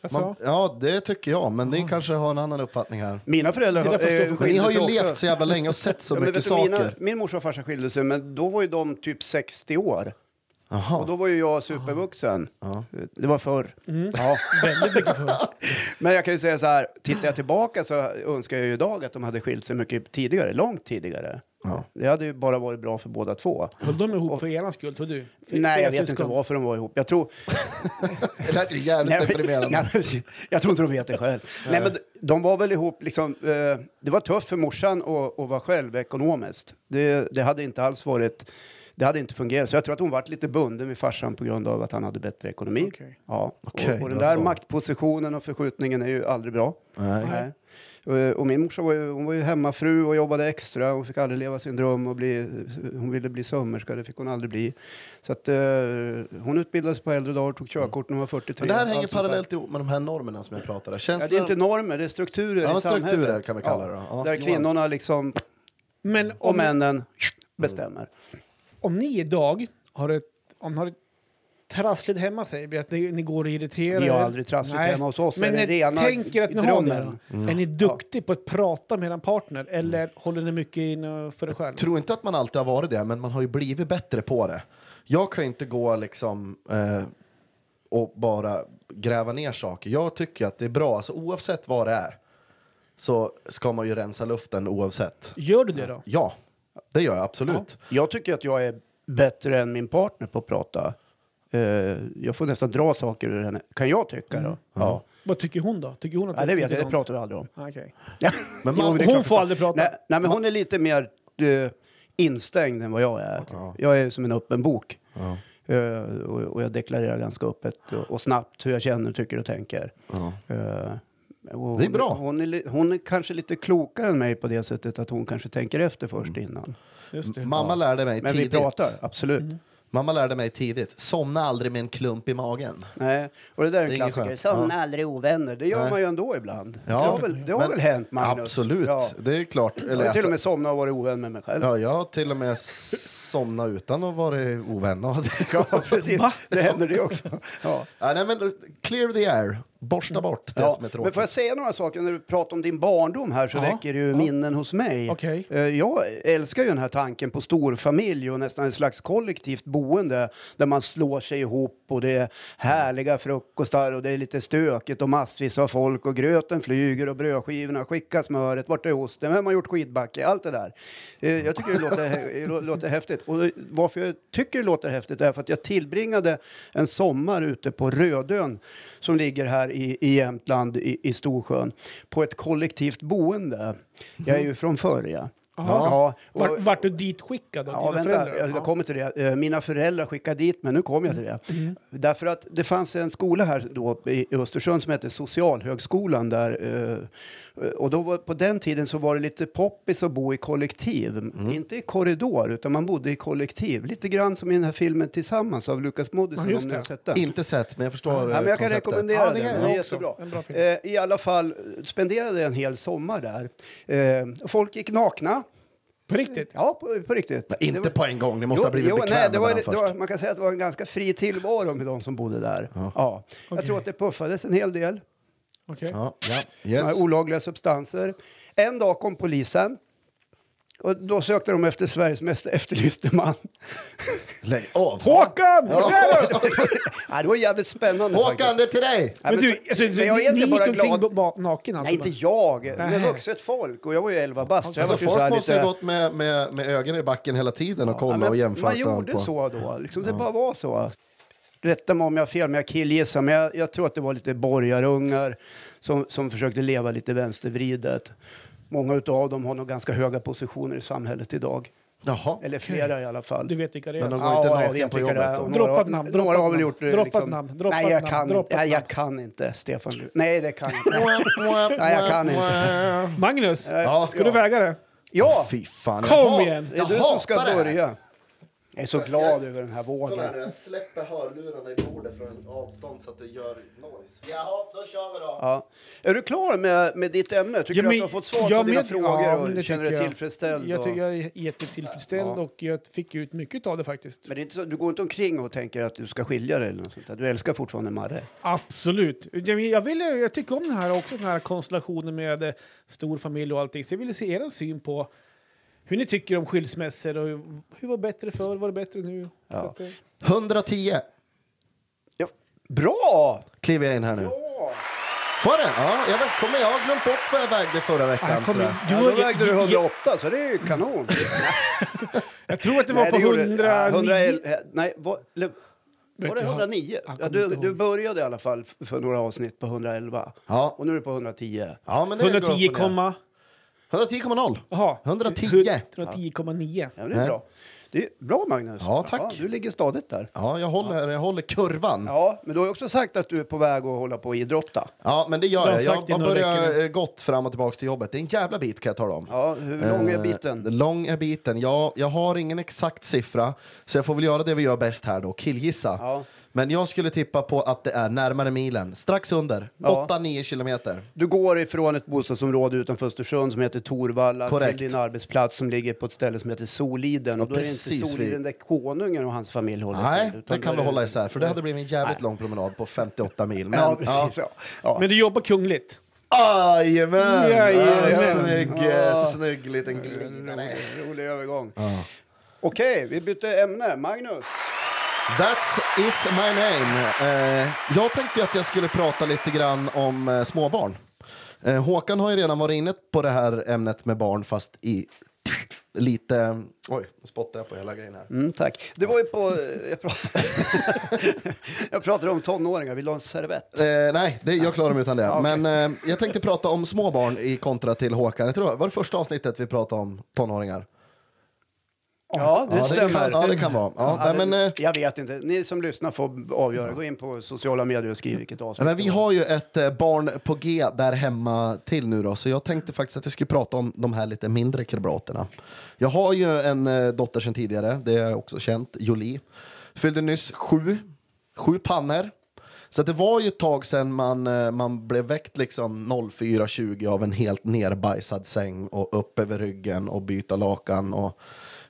[SPEAKER 3] Alltså,
[SPEAKER 2] Man, ja, det tycker jag, men
[SPEAKER 1] Ah.
[SPEAKER 2] ni kanske har en annan uppfattning här.
[SPEAKER 1] Mina föräldrar
[SPEAKER 3] Det
[SPEAKER 1] har,
[SPEAKER 3] där får stå för-
[SPEAKER 1] eh,
[SPEAKER 2] Men ni
[SPEAKER 1] skilde
[SPEAKER 2] har ju
[SPEAKER 1] sig också.
[SPEAKER 2] levt så jävla länge och sett så
[SPEAKER 1] Ja, men
[SPEAKER 2] mycket
[SPEAKER 1] vet du,
[SPEAKER 2] saker.
[SPEAKER 1] Mina, min morsa och farsa skilde sig, men då var ju de typ 60 år. Och
[SPEAKER 2] Jaha.
[SPEAKER 1] då var ju jag supervuxen.
[SPEAKER 2] Ja.
[SPEAKER 1] Det var förr. Ja.
[SPEAKER 3] Mm. Väldigt mycket förr.
[SPEAKER 1] Men jag kan ju säga så här, tittar jag tillbaka så önskar jag ju idag att de hade skilt sig mycket tidigare, långt tidigare.
[SPEAKER 2] Ja.
[SPEAKER 1] Det hade ju bara varit bra för båda två.
[SPEAKER 3] Höll de ihop för eran skull, tror du? För
[SPEAKER 1] Nej,
[SPEAKER 3] era
[SPEAKER 1] jag vet inte
[SPEAKER 3] syskon?
[SPEAKER 1] varför de var ihop. Jag tror,
[SPEAKER 2] Det lät ju jävligt
[SPEAKER 1] nej,
[SPEAKER 2] deprimerande.
[SPEAKER 1] nej, men jag tror inte de vet det själv. Nej, men de var väl ihop, liksom, eh, det var tufft för morsan att, att vara själv ekonomiskt. Det, det hade inte alls varit, det hade inte fungerat. Så jag tror att hon var lite bunden vid farsan på grund av att han hade bättre ekonomi.
[SPEAKER 3] Okej.
[SPEAKER 1] Ja.
[SPEAKER 2] Okej,
[SPEAKER 1] och, och den
[SPEAKER 2] det var
[SPEAKER 1] där
[SPEAKER 2] så.
[SPEAKER 1] maktpositionen och förskjutningen är ju aldrig bra.
[SPEAKER 2] Nej.
[SPEAKER 1] Nej. Eh, Och, och min morsa var ju, hon var ju hemmafru och jobbade extra. Hon fick aldrig leva sin dröm. Och bli, hon ville bli sömmerska, det fick hon aldrig bli. Så att, eh, hon utbildade sig på äldre dagar, tog körkort när hon var 43.
[SPEAKER 2] Men det här hänger
[SPEAKER 1] allt sånt där.
[SPEAKER 2] parallellt ihop med de här normerna som jag
[SPEAKER 1] Ja,
[SPEAKER 2] pratar om.
[SPEAKER 1] det är
[SPEAKER 2] Känslor...
[SPEAKER 1] inte normer, det är strukturer
[SPEAKER 2] Ja,
[SPEAKER 1] i
[SPEAKER 2] men
[SPEAKER 1] samhället.
[SPEAKER 2] strukturer kan vi kalla det då. Ja, Mm.
[SPEAKER 1] där
[SPEAKER 2] Johan.
[SPEAKER 1] kvinnorna liksom,
[SPEAKER 3] Men om,
[SPEAKER 1] och männen bestämmer.
[SPEAKER 3] om ni idag har ett, om ni har ett trassligt hemma, säger vi, att ni, ni går och irriterar
[SPEAKER 1] Vi har
[SPEAKER 3] er.
[SPEAKER 1] aldrig trassligt
[SPEAKER 3] Nej.
[SPEAKER 1] hemma hos oss.
[SPEAKER 3] Men
[SPEAKER 1] det är
[SPEAKER 3] ni
[SPEAKER 1] rena
[SPEAKER 3] tänker att ni har det
[SPEAKER 1] drömmen. Mm.
[SPEAKER 3] då? Är ni duktig på att prata med er partner eller håller ni mycket in eh, för er själv?
[SPEAKER 2] tror inte att man alltid har varit det, men man har ju blivit bättre på det. Jag kan ju inte gå liksom eh, och bara gräva ner saker. Jag tycker att det är bra, alltså, oavsett vad det är, så ska man ju rensa luften oavsett.
[SPEAKER 3] Gör du det då?
[SPEAKER 2] Ja, det gör jag absolut.
[SPEAKER 1] Jag tycker att jag är bättre än min partner på att prata. Eh, jag får nästan dra saker ur henne, kan jag tycka
[SPEAKER 2] Mm.
[SPEAKER 1] då. Ja.
[SPEAKER 3] Vad tycker hon då? Tycker hon att
[SPEAKER 1] Ja, det vet jag, det
[SPEAKER 3] likadant?
[SPEAKER 1] pratar vi aldrig om.
[SPEAKER 3] Ah, okej.
[SPEAKER 2] Men
[SPEAKER 1] Jo,
[SPEAKER 2] man,
[SPEAKER 1] det är klart
[SPEAKER 3] hon
[SPEAKER 1] vi
[SPEAKER 3] får aldrig prata.
[SPEAKER 1] Nej, nej, men hon är lite mer eh, instängd än vad jag är. Jag är som en öppen bok. Eh, och, och jag deklarerar ganska öppet och, och snabbt hur jag känner, tycker och tänker. Eh, och
[SPEAKER 2] Det är bra.
[SPEAKER 1] Hon, hon, är, li- hon är kanske lite klokare än mig på det sättet att hon kanske tänker efter först innan.
[SPEAKER 3] Just det.
[SPEAKER 2] mamma lärde mig
[SPEAKER 1] Men vi
[SPEAKER 2] Mm. tidigt.
[SPEAKER 1] pratar, absolut.
[SPEAKER 2] Mamma lärde mig tidigt. Somna aldrig med en klump i magen.
[SPEAKER 1] Nej. Och det där är en
[SPEAKER 2] Det är inget
[SPEAKER 1] klassiker.
[SPEAKER 2] skönt.
[SPEAKER 1] Somna aldrig ovänner. Det gör
[SPEAKER 2] Nej.
[SPEAKER 1] man ju ändå ibland.
[SPEAKER 2] Ja.
[SPEAKER 1] det har väl, det har
[SPEAKER 2] Men-
[SPEAKER 1] väl hänt, Magnus?
[SPEAKER 2] Absolut,
[SPEAKER 1] Ja.
[SPEAKER 2] det är klart.
[SPEAKER 1] Jag
[SPEAKER 2] Eller,
[SPEAKER 1] har till
[SPEAKER 2] alltså,
[SPEAKER 1] och med somnat och varit ovän med mig själv.
[SPEAKER 2] ja, jag har till och med somnat utan att vara ovän. Och det-
[SPEAKER 1] Ja, precis. Det händer det också. Ja.
[SPEAKER 2] Ja, nej, men clear the air. Borsta bort det
[SPEAKER 1] Mm. Ja,
[SPEAKER 2] som är
[SPEAKER 1] men
[SPEAKER 2] tråkigt.
[SPEAKER 1] får jag säga några saker? När du pratar om din barndom här så
[SPEAKER 3] Ja.
[SPEAKER 1] väcker det ju minnen hos mig.
[SPEAKER 3] Okej.
[SPEAKER 1] Eh, Jag älskar ju den här tanken på storfamilj och nästan ett slags kollektivt boende där man slår sig ihop och det är härliga frukostar och det är lite stökigt och massvis av folk och gröten flyger och brödskivorna skickas smöret, vart är osten, vem har gjort skidbacke, allt det där. Eh, Jag tycker det låter, lå- låter häftigt. Och eh, varför jag tycker det låter häftigt är för att jag tillbringade en sommar ute på Rödön som ligger här i, i Jämtland, i, i Storsjön, på ett kollektivt boende. Jag är ju från förr, ja.
[SPEAKER 3] Mhm. Jaha.
[SPEAKER 1] Ja,
[SPEAKER 3] Vart,
[SPEAKER 1] och,
[SPEAKER 3] vart du ditskickad av
[SPEAKER 1] Ja,
[SPEAKER 3] dina
[SPEAKER 1] vänta, jag,
[SPEAKER 3] föräldrar?
[SPEAKER 1] jag kommer till det. Eh, Mina föräldrar skickade dit, men nu kommer jag till det.
[SPEAKER 3] Mm.
[SPEAKER 1] Därför att det fanns en skola här då i i Östersund som hette Socialhögskolan där. eh, Och då var, på den tiden så var det lite poppis att bo i kollektiv.
[SPEAKER 2] Mm.
[SPEAKER 1] Inte i korridor, utan man bodde i kollektiv. Lite grann som i den här filmen Tillsammans av Lukas Moodysson,
[SPEAKER 3] Ja, just
[SPEAKER 1] om ni har
[SPEAKER 3] det.
[SPEAKER 1] sett den.
[SPEAKER 2] Inte sett, men jag förstår
[SPEAKER 1] Ja, men jag kan
[SPEAKER 2] konceptet.
[SPEAKER 1] rekommendera
[SPEAKER 3] Ja, det
[SPEAKER 1] den.
[SPEAKER 3] kan
[SPEAKER 1] Den
[SPEAKER 3] jag
[SPEAKER 1] är
[SPEAKER 3] också.
[SPEAKER 1] jättebra.
[SPEAKER 3] En bra film.
[SPEAKER 1] Eh, I alla fall eh, spenderade jag en hel sommar där. Eh, folk gick nakna.
[SPEAKER 3] På riktigt?
[SPEAKER 1] Ja, på, på riktigt.
[SPEAKER 2] Nej, Inte
[SPEAKER 1] Det var-
[SPEAKER 2] på en gång, ni måste ha blivit bekväma
[SPEAKER 1] nej, det var,
[SPEAKER 2] med den
[SPEAKER 1] det
[SPEAKER 2] först.
[SPEAKER 1] var, Man kan säga att det var en ganska fri tillvaro med de som bodde där. Ja. Jag
[SPEAKER 3] Okej.
[SPEAKER 1] tror att det puffades en hel del.
[SPEAKER 3] Okej.
[SPEAKER 2] Ja, ja.
[SPEAKER 1] Yes.
[SPEAKER 2] Yes.
[SPEAKER 1] Olagliga substanser. En dag kom polisen. Och då sökte de efter Sveriges mest efterlyste man.
[SPEAKER 2] Lägg av!
[SPEAKER 3] Håkan! Vart är du?
[SPEAKER 1] ja, det var jävligt spännande
[SPEAKER 2] Håkan,
[SPEAKER 1] faktiskt.
[SPEAKER 2] det är till dig!
[SPEAKER 1] Ja,
[SPEAKER 3] Men du,
[SPEAKER 1] så-
[SPEAKER 3] alltså,
[SPEAKER 1] men
[SPEAKER 3] du,
[SPEAKER 1] jag är
[SPEAKER 3] ni, ni
[SPEAKER 1] egentligen
[SPEAKER 3] gick
[SPEAKER 1] bara
[SPEAKER 3] omkring
[SPEAKER 1] glad.
[SPEAKER 3] ba- ba- naken alltså?
[SPEAKER 1] Nej, inte
[SPEAKER 3] bara.
[SPEAKER 1] jag.
[SPEAKER 3] Nej.
[SPEAKER 1] Men vuxet folk. Och jag var ju 11 bast. så jag
[SPEAKER 2] Alltså,
[SPEAKER 1] var ju
[SPEAKER 2] folk
[SPEAKER 1] så här
[SPEAKER 2] måste
[SPEAKER 1] lite-
[SPEAKER 2] ha gått med, med, med ögonen i backen hela tiden och
[SPEAKER 1] Ja,
[SPEAKER 2] kollat
[SPEAKER 1] men
[SPEAKER 2] och jämfört.
[SPEAKER 1] Man
[SPEAKER 2] och allt
[SPEAKER 1] gjorde
[SPEAKER 2] på.
[SPEAKER 1] så då. Liksom, Det bara var så. Rätta mig om jag har fel, men jag killgissar. Men jag, jag tror att det var lite borgarungar som, som försökte leva lite vänstervridet. Många utav dem har nog ganska höga positioner i samhället idag.
[SPEAKER 2] Jaha.
[SPEAKER 1] Eller flera i alla fall.
[SPEAKER 3] Du vet vilka det är?
[SPEAKER 2] Men de går
[SPEAKER 1] Ja,
[SPEAKER 2] inte
[SPEAKER 1] ja,
[SPEAKER 2] naken
[SPEAKER 1] jag
[SPEAKER 2] på
[SPEAKER 1] tycker
[SPEAKER 2] jobbet
[SPEAKER 1] det.
[SPEAKER 2] då?
[SPEAKER 1] Och
[SPEAKER 3] Droppa
[SPEAKER 1] några-
[SPEAKER 3] ett namn,
[SPEAKER 1] Några
[SPEAKER 3] droppa
[SPEAKER 1] har väl
[SPEAKER 3] ett
[SPEAKER 1] gjort det.
[SPEAKER 3] namn, droppa ett namn, droppa
[SPEAKER 1] Nej, jag
[SPEAKER 3] ett namn,
[SPEAKER 1] kan
[SPEAKER 3] droppa
[SPEAKER 1] inte.
[SPEAKER 3] ett
[SPEAKER 1] Nej,
[SPEAKER 3] namn.
[SPEAKER 1] jag kan inte, Stefan. Nej, det kan jag inte. Nej, jag kan inte.
[SPEAKER 3] Magnus,
[SPEAKER 2] Ja,
[SPEAKER 3] ska du väga det?
[SPEAKER 1] Ja,
[SPEAKER 2] Fy fan.
[SPEAKER 3] Kom
[SPEAKER 2] jag hat-
[SPEAKER 3] igen.
[SPEAKER 1] det är
[SPEAKER 2] jag
[SPEAKER 1] du som ska
[SPEAKER 2] hatar det här.
[SPEAKER 1] börja. Jag är så glad över den här
[SPEAKER 2] Kolla
[SPEAKER 1] vågen.
[SPEAKER 2] här nu, jag släpper hörlurarna i bordet från ett avstånd så att det gör noise. Jaha, då kör vi då.
[SPEAKER 1] Ja. Är du klar med, med ditt ämne? Tycker
[SPEAKER 3] Ja,
[SPEAKER 1] du att
[SPEAKER 3] men-
[SPEAKER 1] du har fått svar
[SPEAKER 3] ja,
[SPEAKER 1] på dina
[SPEAKER 3] men-
[SPEAKER 1] frågor
[SPEAKER 3] ja, men
[SPEAKER 1] och
[SPEAKER 3] det
[SPEAKER 1] känner dig
[SPEAKER 3] tycker jag.
[SPEAKER 1] tillfredsställd?
[SPEAKER 3] Jag,
[SPEAKER 1] och-
[SPEAKER 3] tycker jag är jättetillfredsställd
[SPEAKER 1] Ja.
[SPEAKER 3] och jag fick ut mycket av det faktiskt.
[SPEAKER 1] Men det är inte så, du går inte omkring och tänker att du ska skilja dig eller något sånt där. Du älskar fortfarande Marre.
[SPEAKER 3] Absolut. Jag, jag, vill, jag tycker om den här också, den här konstellationen med eh, stor familj och allting. Så jag ville se er syn på hur ni tycker om skilsmässor och hur, hur var bättre förr, var det bättre nu?
[SPEAKER 1] Ja.
[SPEAKER 3] Så att, eh,
[SPEAKER 2] 110
[SPEAKER 1] Ja. Bra!
[SPEAKER 2] kliver jag in här nu.
[SPEAKER 1] Bra!
[SPEAKER 2] Får jag det? Ja, jag välkommer. Jag har glömt bort vad jag vägde förra
[SPEAKER 3] Ah,
[SPEAKER 2] veckan.
[SPEAKER 3] jag kom
[SPEAKER 2] sådär.
[SPEAKER 3] in.
[SPEAKER 1] Ja, då vägde du
[SPEAKER 3] jag-
[SPEAKER 1] 108, så det är ju kanon.
[SPEAKER 3] Jag tror att det var
[SPEAKER 1] Nej,
[SPEAKER 3] på
[SPEAKER 1] gjorde-
[SPEAKER 3] 109.
[SPEAKER 1] ja, 111, eh, nej, var, eller, var
[SPEAKER 3] Vet
[SPEAKER 1] det
[SPEAKER 3] jag.
[SPEAKER 1] 109?
[SPEAKER 3] Jag
[SPEAKER 1] Ja,
[SPEAKER 3] kommer
[SPEAKER 1] du,
[SPEAKER 3] inte ihåg.
[SPEAKER 1] du började i alla fall f- för några avsnitt på 111.
[SPEAKER 2] Ja.
[SPEAKER 1] Och nu är du på 110.
[SPEAKER 2] Ja, men det går upp och ner.
[SPEAKER 3] 110, komma-
[SPEAKER 2] 110,0.
[SPEAKER 3] jaha.
[SPEAKER 2] 110.
[SPEAKER 3] 110,9.
[SPEAKER 1] Ja, det är
[SPEAKER 2] Nej.
[SPEAKER 1] bra. Det är bra, Magnus.
[SPEAKER 2] Ja, tack.
[SPEAKER 1] du ligger stadigt där.
[SPEAKER 2] Ja, jag håller, jag håller kurvan. Ja.
[SPEAKER 1] Ja, men du har ju också sagt att du är på väg att hålla på och idrotta.
[SPEAKER 2] men det
[SPEAKER 3] Du
[SPEAKER 2] gör
[SPEAKER 3] har
[SPEAKER 2] jag.
[SPEAKER 3] sagt
[SPEAKER 2] Jag
[SPEAKER 3] det
[SPEAKER 2] har
[SPEAKER 3] några
[SPEAKER 2] börjat
[SPEAKER 3] veckor
[SPEAKER 2] eh, gått fram och tillbaka till jobbet. Det är en jävla bit kan jag tala om.
[SPEAKER 1] Ja, hur lång är
[SPEAKER 2] Eh,
[SPEAKER 1] biten?
[SPEAKER 2] lång är biten. Ja, jag har ingen exakt siffra, så jag får väl göra det vi gör bäst här då, killgissa.
[SPEAKER 1] Ja.
[SPEAKER 2] Men jag skulle tippa på att det är närmare milen, strax under,
[SPEAKER 1] Ja.
[SPEAKER 2] 8-9 kilometer.
[SPEAKER 1] Du går ifrån ett bostadsområde utanför Östersund som heter Torvalla
[SPEAKER 2] Korrekt.
[SPEAKER 1] till din arbetsplats som ligger på ett ställe som heter Soliden. Och då är det
[SPEAKER 2] Precis
[SPEAKER 1] inte Soliden där konungen och hans familj håller
[SPEAKER 2] Nej,
[SPEAKER 1] till. utan
[SPEAKER 2] det kan
[SPEAKER 1] då
[SPEAKER 2] vi
[SPEAKER 1] är
[SPEAKER 2] hålla isär, för det hade blivit en jävligt lång promenad på 58 mil. Men,
[SPEAKER 1] ja, precis. Ja. Ja.
[SPEAKER 3] Men du jobbar kungligt.
[SPEAKER 2] Ja. Jajamän!
[SPEAKER 3] Jajamän.
[SPEAKER 2] Ja, Snygg,
[SPEAKER 1] Ja.
[SPEAKER 2] eh, snygg liten glidare.
[SPEAKER 1] Rolig, rolig övergång. Okej, vi bytte ämne. Magnus.
[SPEAKER 2] That's is my name. Eh, jag tänkte att jag skulle prata lite grann om eh, småbarn. Eh, Håkan har ju redan varit inne på det här ämnet med barn, fast i lite... Oj, nu spottade jag på hela grejen här.
[SPEAKER 1] Mm, tack. Det var ju på... eh, Jag, pra- jag pratade om tonåringar. Vill du ha en servett?
[SPEAKER 2] Eh, nej, det, jag klarar mig utan det. Men eh, jag tänkte prata om småbarn i kontra till Håkan. Jag tror det var det första avsnittet vi pratade om tonåringar.
[SPEAKER 1] Ja, det
[SPEAKER 2] Ja, det
[SPEAKER 1] stämmer.
[SPEAKER 2] kan- ja, det kan vara. Ja, nej,
[SPEAKER 1] det-
[SPEAKER 2] men, eh,
[SPEAKER 1] jag vet inte. Ni som lyssnar får avgöra. Gå in på sociala medier och skriv vilket avsnitt.
[SPEAKER 2] Men vi har ju ett eh, barn på G där hemma till nu då, så jag tänkte faktiskt att jag skulle prata om de här lite mindre krabaterna. Jag har ju en eh, dotter sedan tidigare, det är också känt, Jolie. Fyllde nyss sju, sju pannor. Så att det var ju ett tag sedan man, eh, man blev väckt liksom 04.20 av en helt nerbajsad säng och upp över ryggen och byta lakan. Och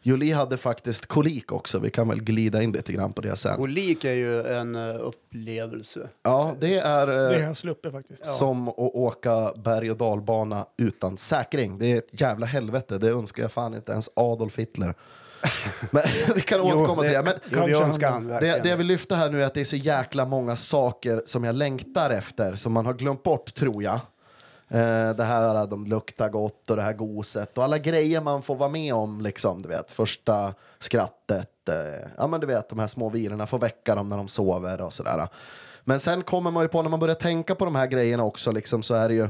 [SPEAKER 2] Jolie hade faktiskt kolik också, vi kan väl glida in lite grann på det sen.
[SPEAKER 1] Olik är ju en eh, upplevelse.
[SPEAKER 2] Ja, det är... eh,
[SPEAKER 3] Det är hans luppe faktiskt.
[SPEAKER 2] som att åka berg och dalbana utan säkring. Det är ett jävla helvete. Det önskar jag fan inte ens Adolf Hitler. Men vi kan återkomma till det. Men
[SPEAKER 1] jo, vi
[SPEAKER 3] Kanske
[SPEAKER 1] önskar han
[SPEAKER 2] det,
[SPEAKER 1] verkligen.
[SPEAKER 2] det jag vill lyfta här nu är att det är så jäkla många saker som jag längtar efter som man har glömt bort, tror jag. Eh, det här de luktar gott och det här goset och alla grejer man får vara med om. Liksom, du vet, första skrattet, eh, ja, men du vet, de här små virorna, får väcka dem när de sover och sådär. Men sen kommer man ju på, när man börjar tänka på de här grejerna också, liksom, så är det ju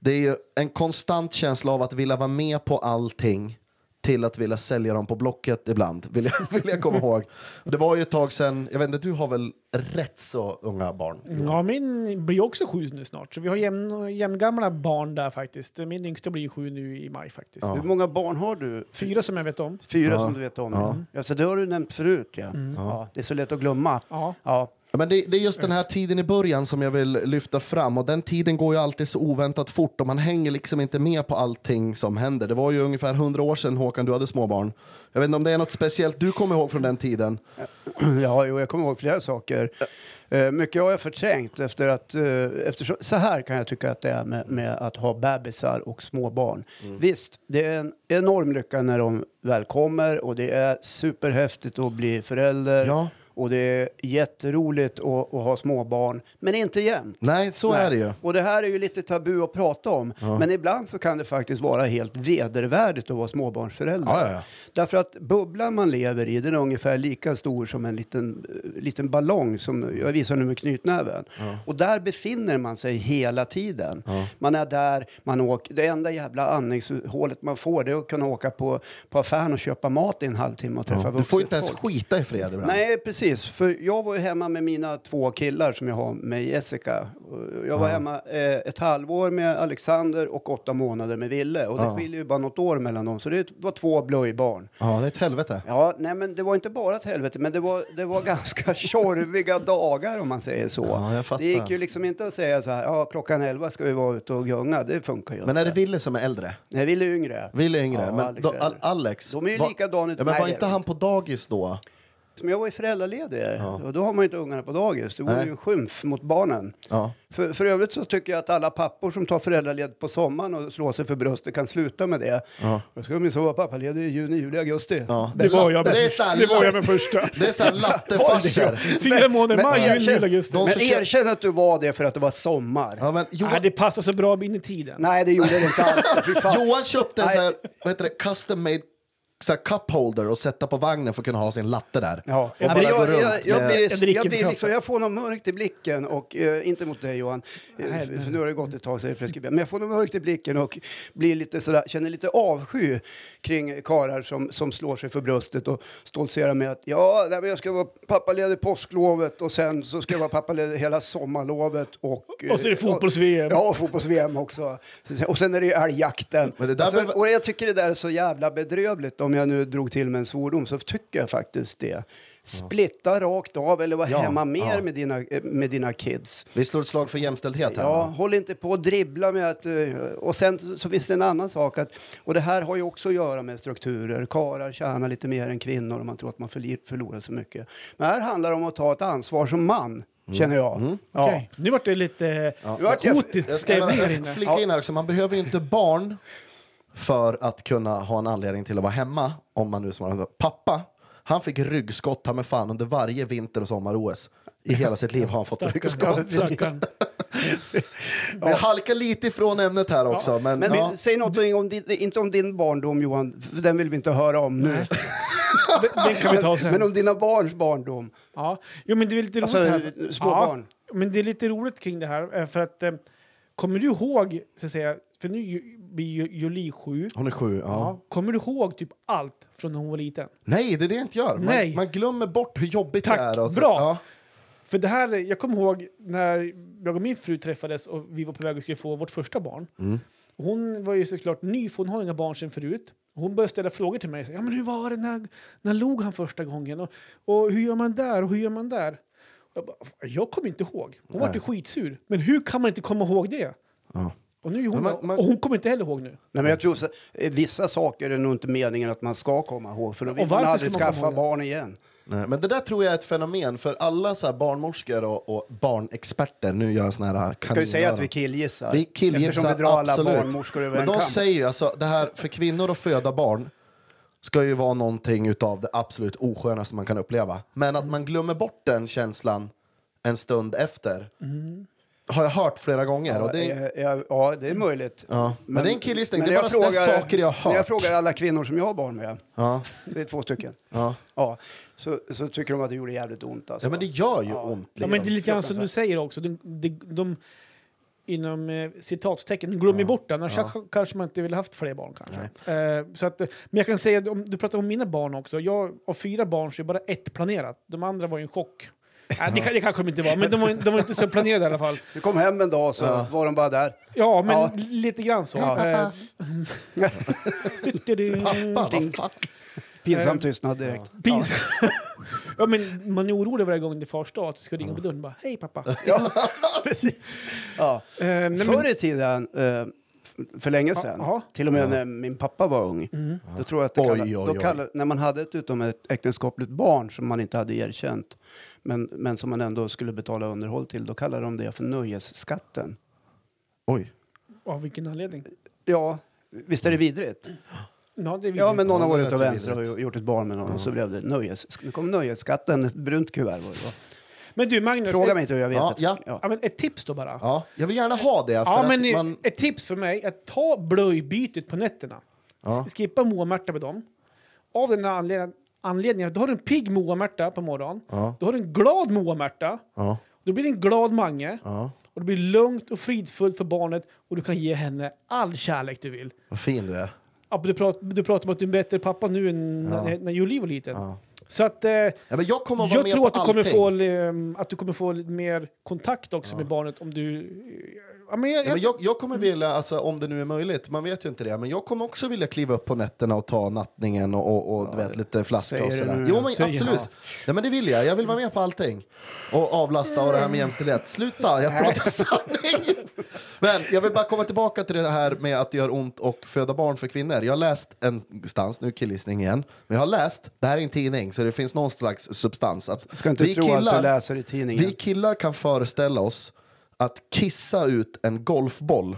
[SPEAKER 2] det är ju en konstant känsla av att vilja vara med på allting till att vilja sälja dem på Blocket ibland, vill jag, vill jag komma ihåg. Och Det var ju ett tag sedan, jag vet inte, du har väl rätt så unga barn?
[SPEAKER 3] Ja, min blir också sju nu snart, så vi har jämn, jämngamla barn där faktiskt. Min yngsta blir ju sju nu i maj faktiskt.
[SPEAKER 1] Hur många barn har du?
[SPEAKER 3] Fyra som jag vet om.
[SPEAKER 1] Fyra
[SPEAKER 2] Ja.
[SPEAKER 1] som du vet om.
[SPEAKER 2] Ja.
[SPEAKER 1] Ja. så det har du nämnt förut. Ja. Ja, det är så lätt att glömma.
[SPEAKER 3] Ja.
[SPEAKER 1] Ja.
[SPEAKER 2] Ja, Men det, det är just den här tiden i början som jag vill lyfta fram och den tiden går ju alltid så oväntat fort och man hänger liksom inte med på allting som händer. Det var ju ungefär 100 år sedan Håkan, du hade småbarn. Jag vet inte om det är något speciellt du kommer ihåg från den tiden?
[SPEAKER 1] Ja, jo, jag kommer ihåg flera saker. Eh, Mycket har jag förträngt efter att... eh, Efter så, så här kan jag tycka att det är med, med att ha bebisar och småbarn.
[SPEAKER 2] Mm.
[SPEAKER 1] Visst, det är en enorm lycka när de väl kommer och det är superhäftigt att bli förälder.
[SPEAKER 2] Ja.
[SPEAKER 1] Och det är jätteroligt att, att ha småbarn, men inte jämt.
[SPEAKER 2] Nej, så
[SPEAKER 1] Nej.
[SPEAKER 2] är det ju.
[SPEAKER 1] Och det här är ju lite tabu att prata om. Men ibland så kan det faktiskt vara helt vedervärdigt att vara småbarnsförälder.
[SPEAKER 2] Ja, ja, ja.
[SPEAKER 1] Därför att bubblan man lever i den är ungefär lika stor som en liten, eh, liten ballong som jag visar nu med knytnäven. Och där befinner man sig hela tiden. Man är där, man åker. Det enda jävla andningshålet man får det är att kunna åka på, på affären och köpa mat i en halvtimme och träffa
[SPEAKER 2] Du
[SPEAKER 1] vuxet
[SPEAKER 2] får ju inte ens
[SPEAKER 1] folk.
[SPEAKER 2] skita i fred ibland.
[SPEAKER 1] Nej, precis. För jag var ju hemma med mina två killar som jag har med Jessica. Och Jag var hemma eh, ett halvår med Alexander och åtta månader med Ville. Och det skiljer ju bara något år mellan dem, så det var två blöjbarn.
[SPEAKER 2] Ja, det är ett helvete.
[SPEAKER 1] Ja, nej men det var inte bara ett helvete, men det var, det var ganska tjorviga dagar om man säger så.
[SPEAKER 2] Ja, jag fattar.
[SPEAKER 1] det gick ju liksom inte att säga så här, ja klockan elva ska vi vara ute och gunga, det funkar ju
[SPEAKER 2] Men
[SPEAKER 1] inte.
[SPEAKER 2] är det Ville som är äldre?
[SPEAKER 1] Nej, Ville är yngre.
[SPEAKER 2] Ville är yngre,
[SPEAKER 1] Ja,
[SPEAKER 2] men
[SPEAKER 1] Alex
[SPEAKER 2] Alex,
[SPEAKER 1] är
[SPEAKER 2] då,
[SPEAKER 1] äldre.
[SPEAKER 2] Al Alex
[SPEAKER 1] De är ju
[SPEAKER 2] var-
[SPEAKER 1] likadana ut-
[SPEAKER 2] Ja, men
[SPEAKER 1] Nej,
[SPEAKER 2] var
[SPEAKER 1] det-
[SPEAKER 2] inte han på dagis då?
[SPEAKER 1] exakt. Men jag var ju föräldraledig
[SPEAKER 2] Ja.
[SPEAKER 1] och då har man ju inte ungarna på dagis. Det vore
[SPEAKER 2] Nej.
[SPEAKER 1] ju en skymf mot barnen.
[SPEAKER 2] Ja.
[SPEAKER 1] För, för övrigt så tycker jag att alla pappor som tar föräldraled på sommaren och slår sig för bröstet kan sluta med det.
[SPEAKER 2] Ja.
[SPEAKER 1] Då ska de ju så vara pappaledig i juni, juli, augusti.
[SPEAKER 2] Ja.
[SPEAKER 3] Det var jag med,
[SPEAKER 2] Det är så här
[SPEAKER 3] det var
[SPEAKER 2] latt-
[SPEAKER 3] jag med första.
[SPEAKER 2] Det är såhär lattefarsor.
[SPEAKER 3] Fyra månader,
[SPEAKER 1] men-
[SPEAKER 3] maj,
[SPEAKER 1] men-
[SPEAKER 3] juni, juli, augusti.
[SPEAKER 2] de-
[SPEAKER 1] Men
[SPEAKER 2] som kör-
[SPEAKER 1] erkänn att du var det för att det var sommar.
[SPEAKER 2] Ja, men Johan,
[SPEAKER 3] Nej, det passar så bra in i tiden.
[SPEAKER 1] Nej, det gjorde det inte alls. Fy fan.
[SPEAKER 2] Johan köpte en
[SPEAKER 1] Nej.
[SPEAKER 2] så här, vad heter det, custom made så här cup holder och sätta på vagnen för att kunna ha sin latte där.
[SPEAKER 1] Ja.
[SPEAKER 2] Och
[SPEAKER 1] Ja,
[SPEAKER 2] bara
[SPEAKER 1] men
[SPEAKER 2] gå
[SPEAKER 1] jag,
[SPEAKER 2] runt
[SPEAKER 1] jag, jag,
[SPEAKER 2] med-
[SPEAKER 1] blir,
[SPEAKER 3] Jag dricker
[SPEAKER 1] jag,
[SPEAKER 3] inte
[SPEAKER 1] blir
[SPEAKER 3] kaffe.
[SPEAKER 1] liksom, jag får något mörkt i blicken och, eh, inte mot dig Johan, eh,
[SPEAKER 3] Nej,
[SPEAKER 1] för,
[SPEAKER 3] men-
[SPEAKER 1] för nu har det gått ett tag så är det preskriberat, men jag får något mörkt i blicken och blir lite sådär, känner lite avsky kring karlar som, som slår sig för bröstet och stoltserar med att ja, nej, men jag ska vara pappaledig påsklovet och sen så ska jag vara pappaledig hela sommarlovet och... eh,
[SPEAKER 3] Och så är det fotbolls-VM.
[SPEAKER 1] Ja, och fotbolls-VM också. Och sen är det ju älgjakten.
[SPEAKER 2] Men det där
[SPEAKER 1] alltså,
[SPEAKER 2] behöver-
[SPEAKER 1] Och jag tycker det där är så jävla bedrövligt. Om jag nu drog till med en svordom så tycker jag faktiskt det. Splitta rakt av eller vara
[SPEAKER 2] Ja,
[SPEAKER 1] hemma mer
[SPEAKER 2] ja.
[SPEAKER 1] med, dina, eh, med dina kids.
[SPEAKER 2] Vi slår ett slag för jämställdhet här.
[SPEAKER 1] Ja,
[SPEAKER 2] va?
[SPEAKER 1] håll inte på och dribbla med att... eh, Och sen så finns det en annan sak att... Och det här har ju också att göra med strukturer. Karlar tjänar lite mer än kvinnor om man tror att man förli- förlorar så mycket. Men här handlar det om att ta ett ansvar som man,
[SPEAKER 2] Mm.
[SPEAKER 1] känner jag. Ja.
[SPEAKER 3] Okej, Nu vart det lite
[SPEAKER 1] Nu vart jag-
[SPEAKER 3] hotisk
[SPEAKER 2] Jag ska
[SPEAKER 3] stämning här
[SPEAKER 2] jag ska
[SPEAKER 3] inne.
[SPEAKER 2] flika in här också, man behöver ju inte barn för att kunna ha en anledning till att vara hemma. Om man nu som har Pappa, han fick ryggskott ta med fan under varje vinter och sommar-OS. I hela sitt liv har han fått ryggskott.
[SPEAKER 3] Stackarn.
[SPEAKER 2] Jag halkar lite ifrån ämnet här också. Men,
[SPEAKER 1] Men
[SPEAKER 2] ja.
[SPEAKER 1] vi, säg något om din, inte om din barndom, Johan. för Den vill vi inte höra om nu.
[SPEAKER 3] Nej. Den- Den kan vi ta sen.
[SPEAKER 1] Men om dina barns barndom.
[SPEAKER 3] Ja, jo, men det är lite roligt
[SPEAKER 1] Alltså,
[SPEAKER 3] här.
[SPEAKER 1] småbarn.
[SPEAKER 3] Ja, men det är lite roligt kring det här eh, för att eh, kommer du ihåg, så att säga, för nu ju- blir ju Jolie sju.
[SPEAKER 2] Hon är sju, ja.
[SPEAKER 3] Ja. Kommer du ihåg typ allt från när hon var liten?
[SPEAKER 2] Nej, det är det jag inte gör. Man,
[SPEAKER 3] Nej.
[SPEAKER 2] man glömmer bort hur jobbigt
[SPEAKER 3] Tack,
[SPEAKER 2] det är. och så-
[SPEAKER 3] bra.
[SPEAKER 2] Ja.
[SPEAKER 3] För det här, eh, jag kommer ihåg när jag och min fru träffades och vi var på väg att skulle få vårt första barn.
[SPEAKER 2] Mm.
[SPEAKER 3] Och Hon var ju såklart ny, för hon har inga barn sedan förut. Hon började ställa frågor till mig. Så, Ja, men hur var det när, när log han första gången? Och, och hur gör man där? Och hur gör man där? Och Jag, bara, jag kommer inte ihåg. Hon var
[SPEAKER 2] Nej.
[SPEAKER 3] skitsur. Men hur kan man inte komma ihåg det?
[SPEAKER 2] Ja.
[SPEAKER 3] Och, nu är hon,
[SPEAKER 2] Men man- man-
[SPEAKER 3] och hon kommer inte heller ihåg nu.
[SPEAKER 1] Nej, men jag tror så, eh, vissa saker är nog inte meningen att man ska komma ihåg för då vill
[SPEAKER 3] Och varför
[SPEAKER 1] man aldrig
[SPEAKER 3] ska man komma
[SPEAKER 1] skaffa
[SPEAKER 3] ihåg det?
[SPEAKER 1] barn igen.
[SPEAKER 2] Nej, men det där tror jag är ett fenomen för alla så här barnmorskor och, och barnexperter. Nu gör jag såna här
[SPEAKER 1] Ska vi säga att
[SPEAKER 2] kaninöron.
[SPEAKER 1] vi killgissar?
[SPEAKER 2] Vi killgissar,
[SPEAKER 1] Eftersom vi drar alla
[SPEAKER 2] absolut.
[SPEAKER 1] barnmorskor över
[SPEAKER 2] Men
[SPEAKER 1] en
[SPEAKER 2] de
[SPEAKER 1] kam.
[SPEAKER 2] säger ju, alltså, det här för kvinnor att föda barn ska ju vara någonting utav det absolut oskönaste man kan uppleva. Men att man glömmer bort den känslan en stund efter har jag hört flera gånger.
[SPEAKER 1] Ja,
[SPEAKER 2] och det är,
[SPEAKER 1] eh, ja, ja, det är möjligt.
[SPEAKER 2] Ja, men det är en killgissning.
[SPEAKER 1] men
[SPEAKER 2] Det är
[SPEAKER 1] jag
[SPEAKER 2] bara sådana
[SPEAKER 1] frågar-
[SPEAKER 2] saker jag har
[SPEAKER 1] När jag
[SPEAKER 2] hört.
[SPEAKER 1] frågar alla kvinnor som jag har barn med,
[SPEAKER 2] ja,
[SPEAKER 1] det är två stycken,
[SPEAKER 2] ja.
[SPEAKER 1] ja, så, så tycker de att det gjorde jävligt ont. Alltså.
[SPEAKER 2] ja, men det gör ju
[SPEAKER 1] Ja.
[SPEAKER 2] ont.
[SPEAKER 3] Ja,
[SPEAKER 2] Liksom.
[SPEAKER 3] men det är lite grann som du säger också. De, de, de, inom eh, citatstecken, de glömmer bort det. Annars k- kanske man inte vill haft fler barn. Kanske. Eh, så att, eh, men jag kan säga, att om, du pratar om mina barn också. Jag av fyra barn så är bara ett planerat. De andra var ju en chock. Äh, det, kan- det kanske de inte var, men de var, de var inte så planerade i alla fall.
[SPEAKER 1] Du kom hem en dag så var de bara där.
[SPEAKER 3] Ja, men
[SPEAKER 1] Ja.
[SPEAKER 3] lite grann så.
[SPEAKER 1] Ja.
[SPEAKER 3] Eh, du-du-du.
[SPEAKER 2] Pappa, vad fan?
[SPEAKER 1] Pinsam tystnad direkt.
[SPEAKER 3] Pins. ja, men man är orolig varje gång det är fars dag att det ska ringa på dörren och bara hej pappa.
[SPEAKER 1] Ja, precis. Ja.
[SPEAKER 3] Eh, nej, men-
[SPEAKER 1] Förr i tiden, eh, för länge sedan,
[SPEAKER 3] ja.
[SPEAKER 1] till och med när min pappa var ung, då tror jag att det
[SPEAKER 2] Oj,
[SPEAKER 1] kalla,
[SPEAKER 2] oj,
[SPEAKER 1] då
[SPEAKER 2] oj.
[SPEAKER 1] kalla- när man hade ett utomäktenskapligt barn som man inte hade erkänt, men, men som man ändå skulle betala underhåll till, då kallade de det för nöjesskatten.
[SPEAKER 2] Oj.
[SPEAKER 3] Av vilken anledning?
[SPEAKER 1] Ja, visst är det vidrigt?
[SPEAKER 3] Ja, det är
[SPEAKER 1] Ja,
[SPEAKER 3] vidrigt.
[SPEAKER 1] men någon har
[SPEAKER 2] Ja, det
[SPEAKER 1] varit utav
[SPEAKER 2] låter
[SPEAKER 1] vänster och gjort ett barn med någon och så blev det nöjes... Nu kom nöjesskatten, ett brunt kuvert var det då.
[SPEAKER 3] Men du Magnus,
[SPEAKER 1] Fråga
[SPEAKER 3] ett,
[SPEAKER 1] mig inte hur jag vet
[SPEAKER 2] Ja,
[SPEAKER 1] det.
[SPEAKER 2] ja.
[SPEAKER 3] Ja, men ett tips då bara. Ja,
[SPEAKER 2] Ja, jag vill gärna ha det. För
[SPEAKER 3] men
[SPEAKER 2] att man...
[SPEAKER 3] ett tips för mig är att ta blöjbytet på nätterna.
[SPEAKER 2] Ja.
[SPEAKER 3] S- Skippa Moa-Märta med dem. Av den här anled- anledningen, att då har du en pigg Moa-Märta på morgonen.
[SPEAKER 2] Ja.
[SPEAKER 3] Då har du en glad Moa-Märta.
[SPEAKER 2] Ja,
[SPEAKER 3] Då blir det en glad Mange.
[SPEAKER 2] ja.
[SPEAKER 3] Och det blir lugnt och fridfullt för barnet och du kan ge henne all kärlek du vill.
[SPEAKER 2] Vad fin du är.
[SPEAKER 3] Ja, Du pratar, du pratar om att du är en bättre pappa nu än när, när Julie var liten. Så att... Eh,
[SPEAKER 2] Ja, men jag kommer att vara
[SPEAKER 3] Jag
[SPEAKER 2] med
[SPEAKER 3] tror
[SPEAKER 2] på
[SPEAKER 3] att du, kommer
[SPEAKER 2] allting.
[SPEAKER 3] få, ehm, att du kommer få lite mer kontakt också med barnet om du eh, ja, men jag,
[SPEAKER 2] Ja, men
[SPEAKER 3] jag,
[SPEAKER 2] jag, jag kommer vilja, alltså, om det nu är möjligt, man vet ju inte det, men jag kommer också vilja kliva upp på nätterna och ta nattningen och, och, och du vet, lite flaska och
[SPEAKER 1] säger
[SPEAKER 2] sådär.
[SPEAKER 1] du.
[SPEAKER 2] Jo men
[SPEAKER 3] Säger
[SPEAKER 2] absolut,
[SPEAKER 3] han.
[SPEAKER 2] Nej, men det vill jag. Jag vill vara med på allting. Och avlasta och det här med jämställdhet. Sluta, jag pratar sanning! Men jag vill bara komma tillbaka till det här med att det gör ont och föda barn för kvinnor. Jag har läst en stans, nu killgissning igen, men jag har läst, det här är en tidning så det finns någon slags substans. Att
[SPEAKER 1] Ska inte tro att du läser i tidningen.
[SPEAKER 2] vi killar kan föreställa oss att kissa ut en golfboll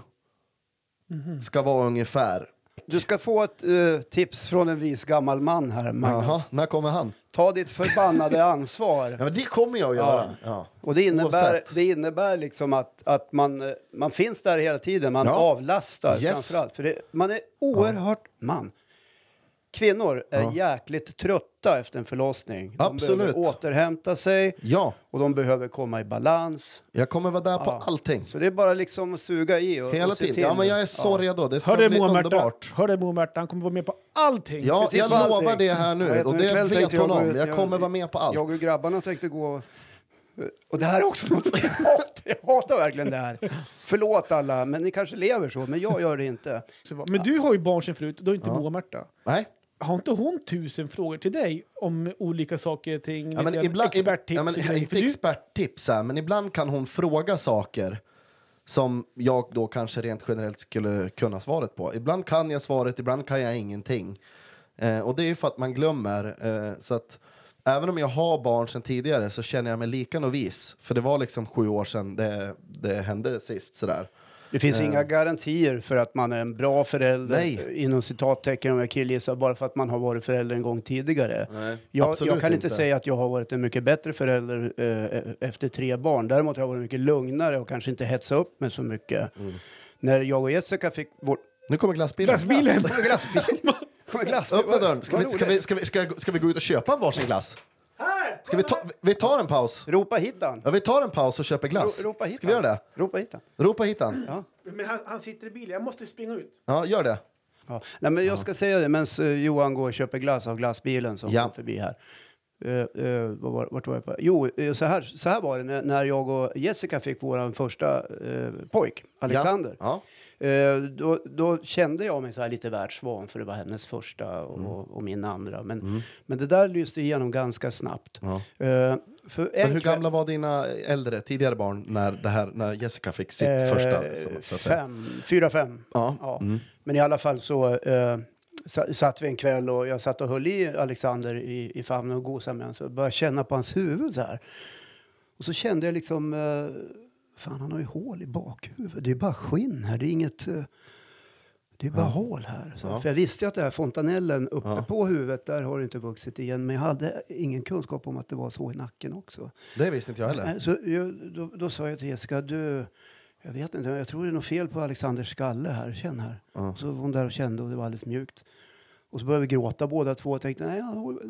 [SPEAKER 2] ska vara ungefär...
[SPEAKER 1] Du ska få ett eh, tips från en vis gammal man här, Magnus.
[SPEAKER 2] Jaha, när kommer han?
[SPEAKER 1] Ta ditt förbannade ansvar.
[SPEAKER 2] Ja, men det kommer jag att göra. Ja.
[SPEAKER 1] Och det innebär,
[SPEAKER 2] Oavsett.
[SPEAKER 1] det innebär liksom att, att man, eh, man finns där hela tiden. Man
[SPEAKER 2] Ja.
[SPEAKER 1] avlastar
[SPEAKER 2] Yes.
[SPEAKER 1] framförallt. För det, man är oerhört man. Kvinnor är jäkligt trötta efter en förlossning. De
[SPEAKER 2] Absolut.
[SPEAKER 1] behöver återhämta sig
[SPEAKER 2] ja,
[SPEAKER 1] och de behöver komma i balans.
[SPEAKER 2] jag kommer vara där på
[SPEAKER 1] Ja.
[SPEAKER 2] allting.
[SPEAKER 1] Så det är bara liksom att suga i och,
[SPEAKER 2] Hela
[SPEAKER 1] och se
[SPEAKER 2] tiden.
[SPEAKER 1] till.
[SPEAKER 2] Ja, men jag är så redo. Det ska
[SPEAKER 3] hör det
[SPEAKER 2] bli
[SPEAKER 3] Moa Märta,
[SPEAKER 2] underbart.
[SPEAKER 3] hör det Moa Märta, han kommer vara med på allting.
[SPEAKER 2] Ja,
[SPEAKER 1] Precis
[SPEAKER 2] jag
[SPEAKER 1] på allting.
[SPEAKER 2] lovar det här nu.
[SPEAKER 1] Jag vet,
[SPEAKER 2] Och
[SPEAKER 1] nu
[SPEAKER 2] det
[SPEAKER 1] ikväll
[SPEAKER 2] vet
[SPEAKER 1] tänkte jag
[SPEAKER 2] hon om.
[SPEAKER 1] gå ut.
[SPEAKER 2] Jag kommer vara med på
[SPEAKER 1] Jag
[SPEAKER 2] allt.
[SPEAKER 1] och grabbarna tänkte gå... Och det här är också något jag hatar. Jag hatar verkligen det här. Förlåt alla, men ni kanske lever så, men jag gör det inte.
[SPEAKER 3] Så va- Men du har ju barn sen förut, du har inte Moa Märta.
[SPEAKER 2] Nej.
[SPEAKER 3] Har inte hon tusen frågor till dig om olika saker och ting?
[SPEAKER 2] Ja, men
[SPEAKER 3] lite
[SPEAKER 2] ibland,
[SPEAKER 3] experttips
[SPEAKER 2] ja, men,
[SPEAKER 3] och grejer? För
[SPEAKER 2] inte
[SPEAKER 3] du-
[SPEAKER 2] experttips, här, men ibland kan hon fråga saker som jag då kanske rent generellt skulle kunna svaret på. Ibland kan jag svaret, ibland kan jag ingenting. Eh, och det är ju för att man glömmer. Eh, så att även om jag har barn sedan tidigare så känner jag mig lika novis. För det var liksom sju år sedan det, det hände sist sådär.
[SPEAKER 1] Det finns inga garantier för att man är en bra förälder,
[SPEAKER 2] Eh.
[SPEAKER 1] eh,
[SPEAKER 2] Nej.
[SPEAKER 1] inom citattecken om jag killgissar, bara för att man har varit förälder en gång tidigare.
[SPEAKER 2] Nej,
[SPEAKER 1] jag,
[SPEAKER 2] absolut
[SPEAKER 1] jag kan inte
[SPEAKER 2] inte.
[SPEAKER 1] säga att jag har varit en mycket bättre förälder eh, efter tre barn. Däremot har jag varit mycket lugnare och kanske inte hetsat upp mig så mycket.
[SPEAKER 2] Mm.
[SPEAKER 1] När jag och Jessica fick vårt...
[SPEAKER 2] Nu kommer glassbilen.
[SPEAKER 3] Glassbilen!
[SPEAKER 1] Kom en glass.
[SPEAKER 2] Öppna dörren. Ska
[SPEAKER 1] Vad
[SPEAKER 2] vi, ska, vi, ska, vi, ska, ska vi gå ut och köpa varsin glass? Ska vi, ta, vi tar en paus.
[SPEAKER 1] Ropa hit han.
[SPEAKER 2] Ja, vi tar en paus och köper glass.
[SPEAKER 1] Ro- Ropa hit
[SPEAKER 2] Ska vi
[SPEAKER 1] han.
[SPEAKER 2] göra det?
[SPEAKER 1] Ropa hit han.
[SPEAKER 2] Ropa hit han.
[SPEAKER 1] Ja.
[SPEAKER 3] Men han, han sitter i bilen, jag måste springa ut.
[SPEAKER 2] Ja, gör det.
[SPEAKER 1] Ja. Nej, men jag ska säga det medan eh, Johan går och köper glass av glassbilen som
[SPEAKER 2] Ja.
[SPEAKER 1] kom förbi här. Uh, vad var, vart var jag på? Jo, eh, så, här, så här var det när, när jag och Jessica fick vår första eh, pojk, Alexander.
[SPEAKER 2] Ja.
[SPEAKER 1] Eh, då, då kände jag mig så här lite världsvan för det var hennes första och,
[SPEAKER 2] Mm.
[SPEAKER 1] och, och min andra. Men, men det där lyste igenom ganska snabbt.
[SPEAKER 2] Ja.
[SPEAKER 1] Eh, för en
[SPEAKER 2] Men hur
[SPEAKER 1] kväll-
[SPEAKER 2] gamla var dina äldre, tidigare barn när, det här, när Jessica fick sitt
[SPEAKER 1] Eh,
[SPEAKER 2] första? Som, så att säga.
[SPEAKER 1] fem, fyra, fem.
[SPEAKER 2] Ja.
[SPEAKER 1] Men i alla fall så eh, sa- satt vi en kväll och jag satt och höll i Alexander i, i famnen och gosade med honom. Så jag började känna på hans huvud så här. Och så kände jag liksom, eh, fan han har ju hål i bakhuvudet. Det är bara skinn här, det är inget... Eh, det är bara hål här. Så, För jag visste ju att det här fontanellen uppe på huvudet, där har det inte vuxit igen. Men jag hade ingen kunskap om att det var så i nacken också.
[SPEAKER 2] Det visste inte jag heller.
[SPEAKER 1] Nej, Så jag, då, då sa jag till Jessica, du, jag vet inte, jag tror det är något fel på Alexanders skalle här, känn här.
[SPEAKER 2] Ja.
[SPEAKER 1] Så var hon där och kände och det var alldeles mjukt. Och så började vi gråta båda två och tänkte, nej han har,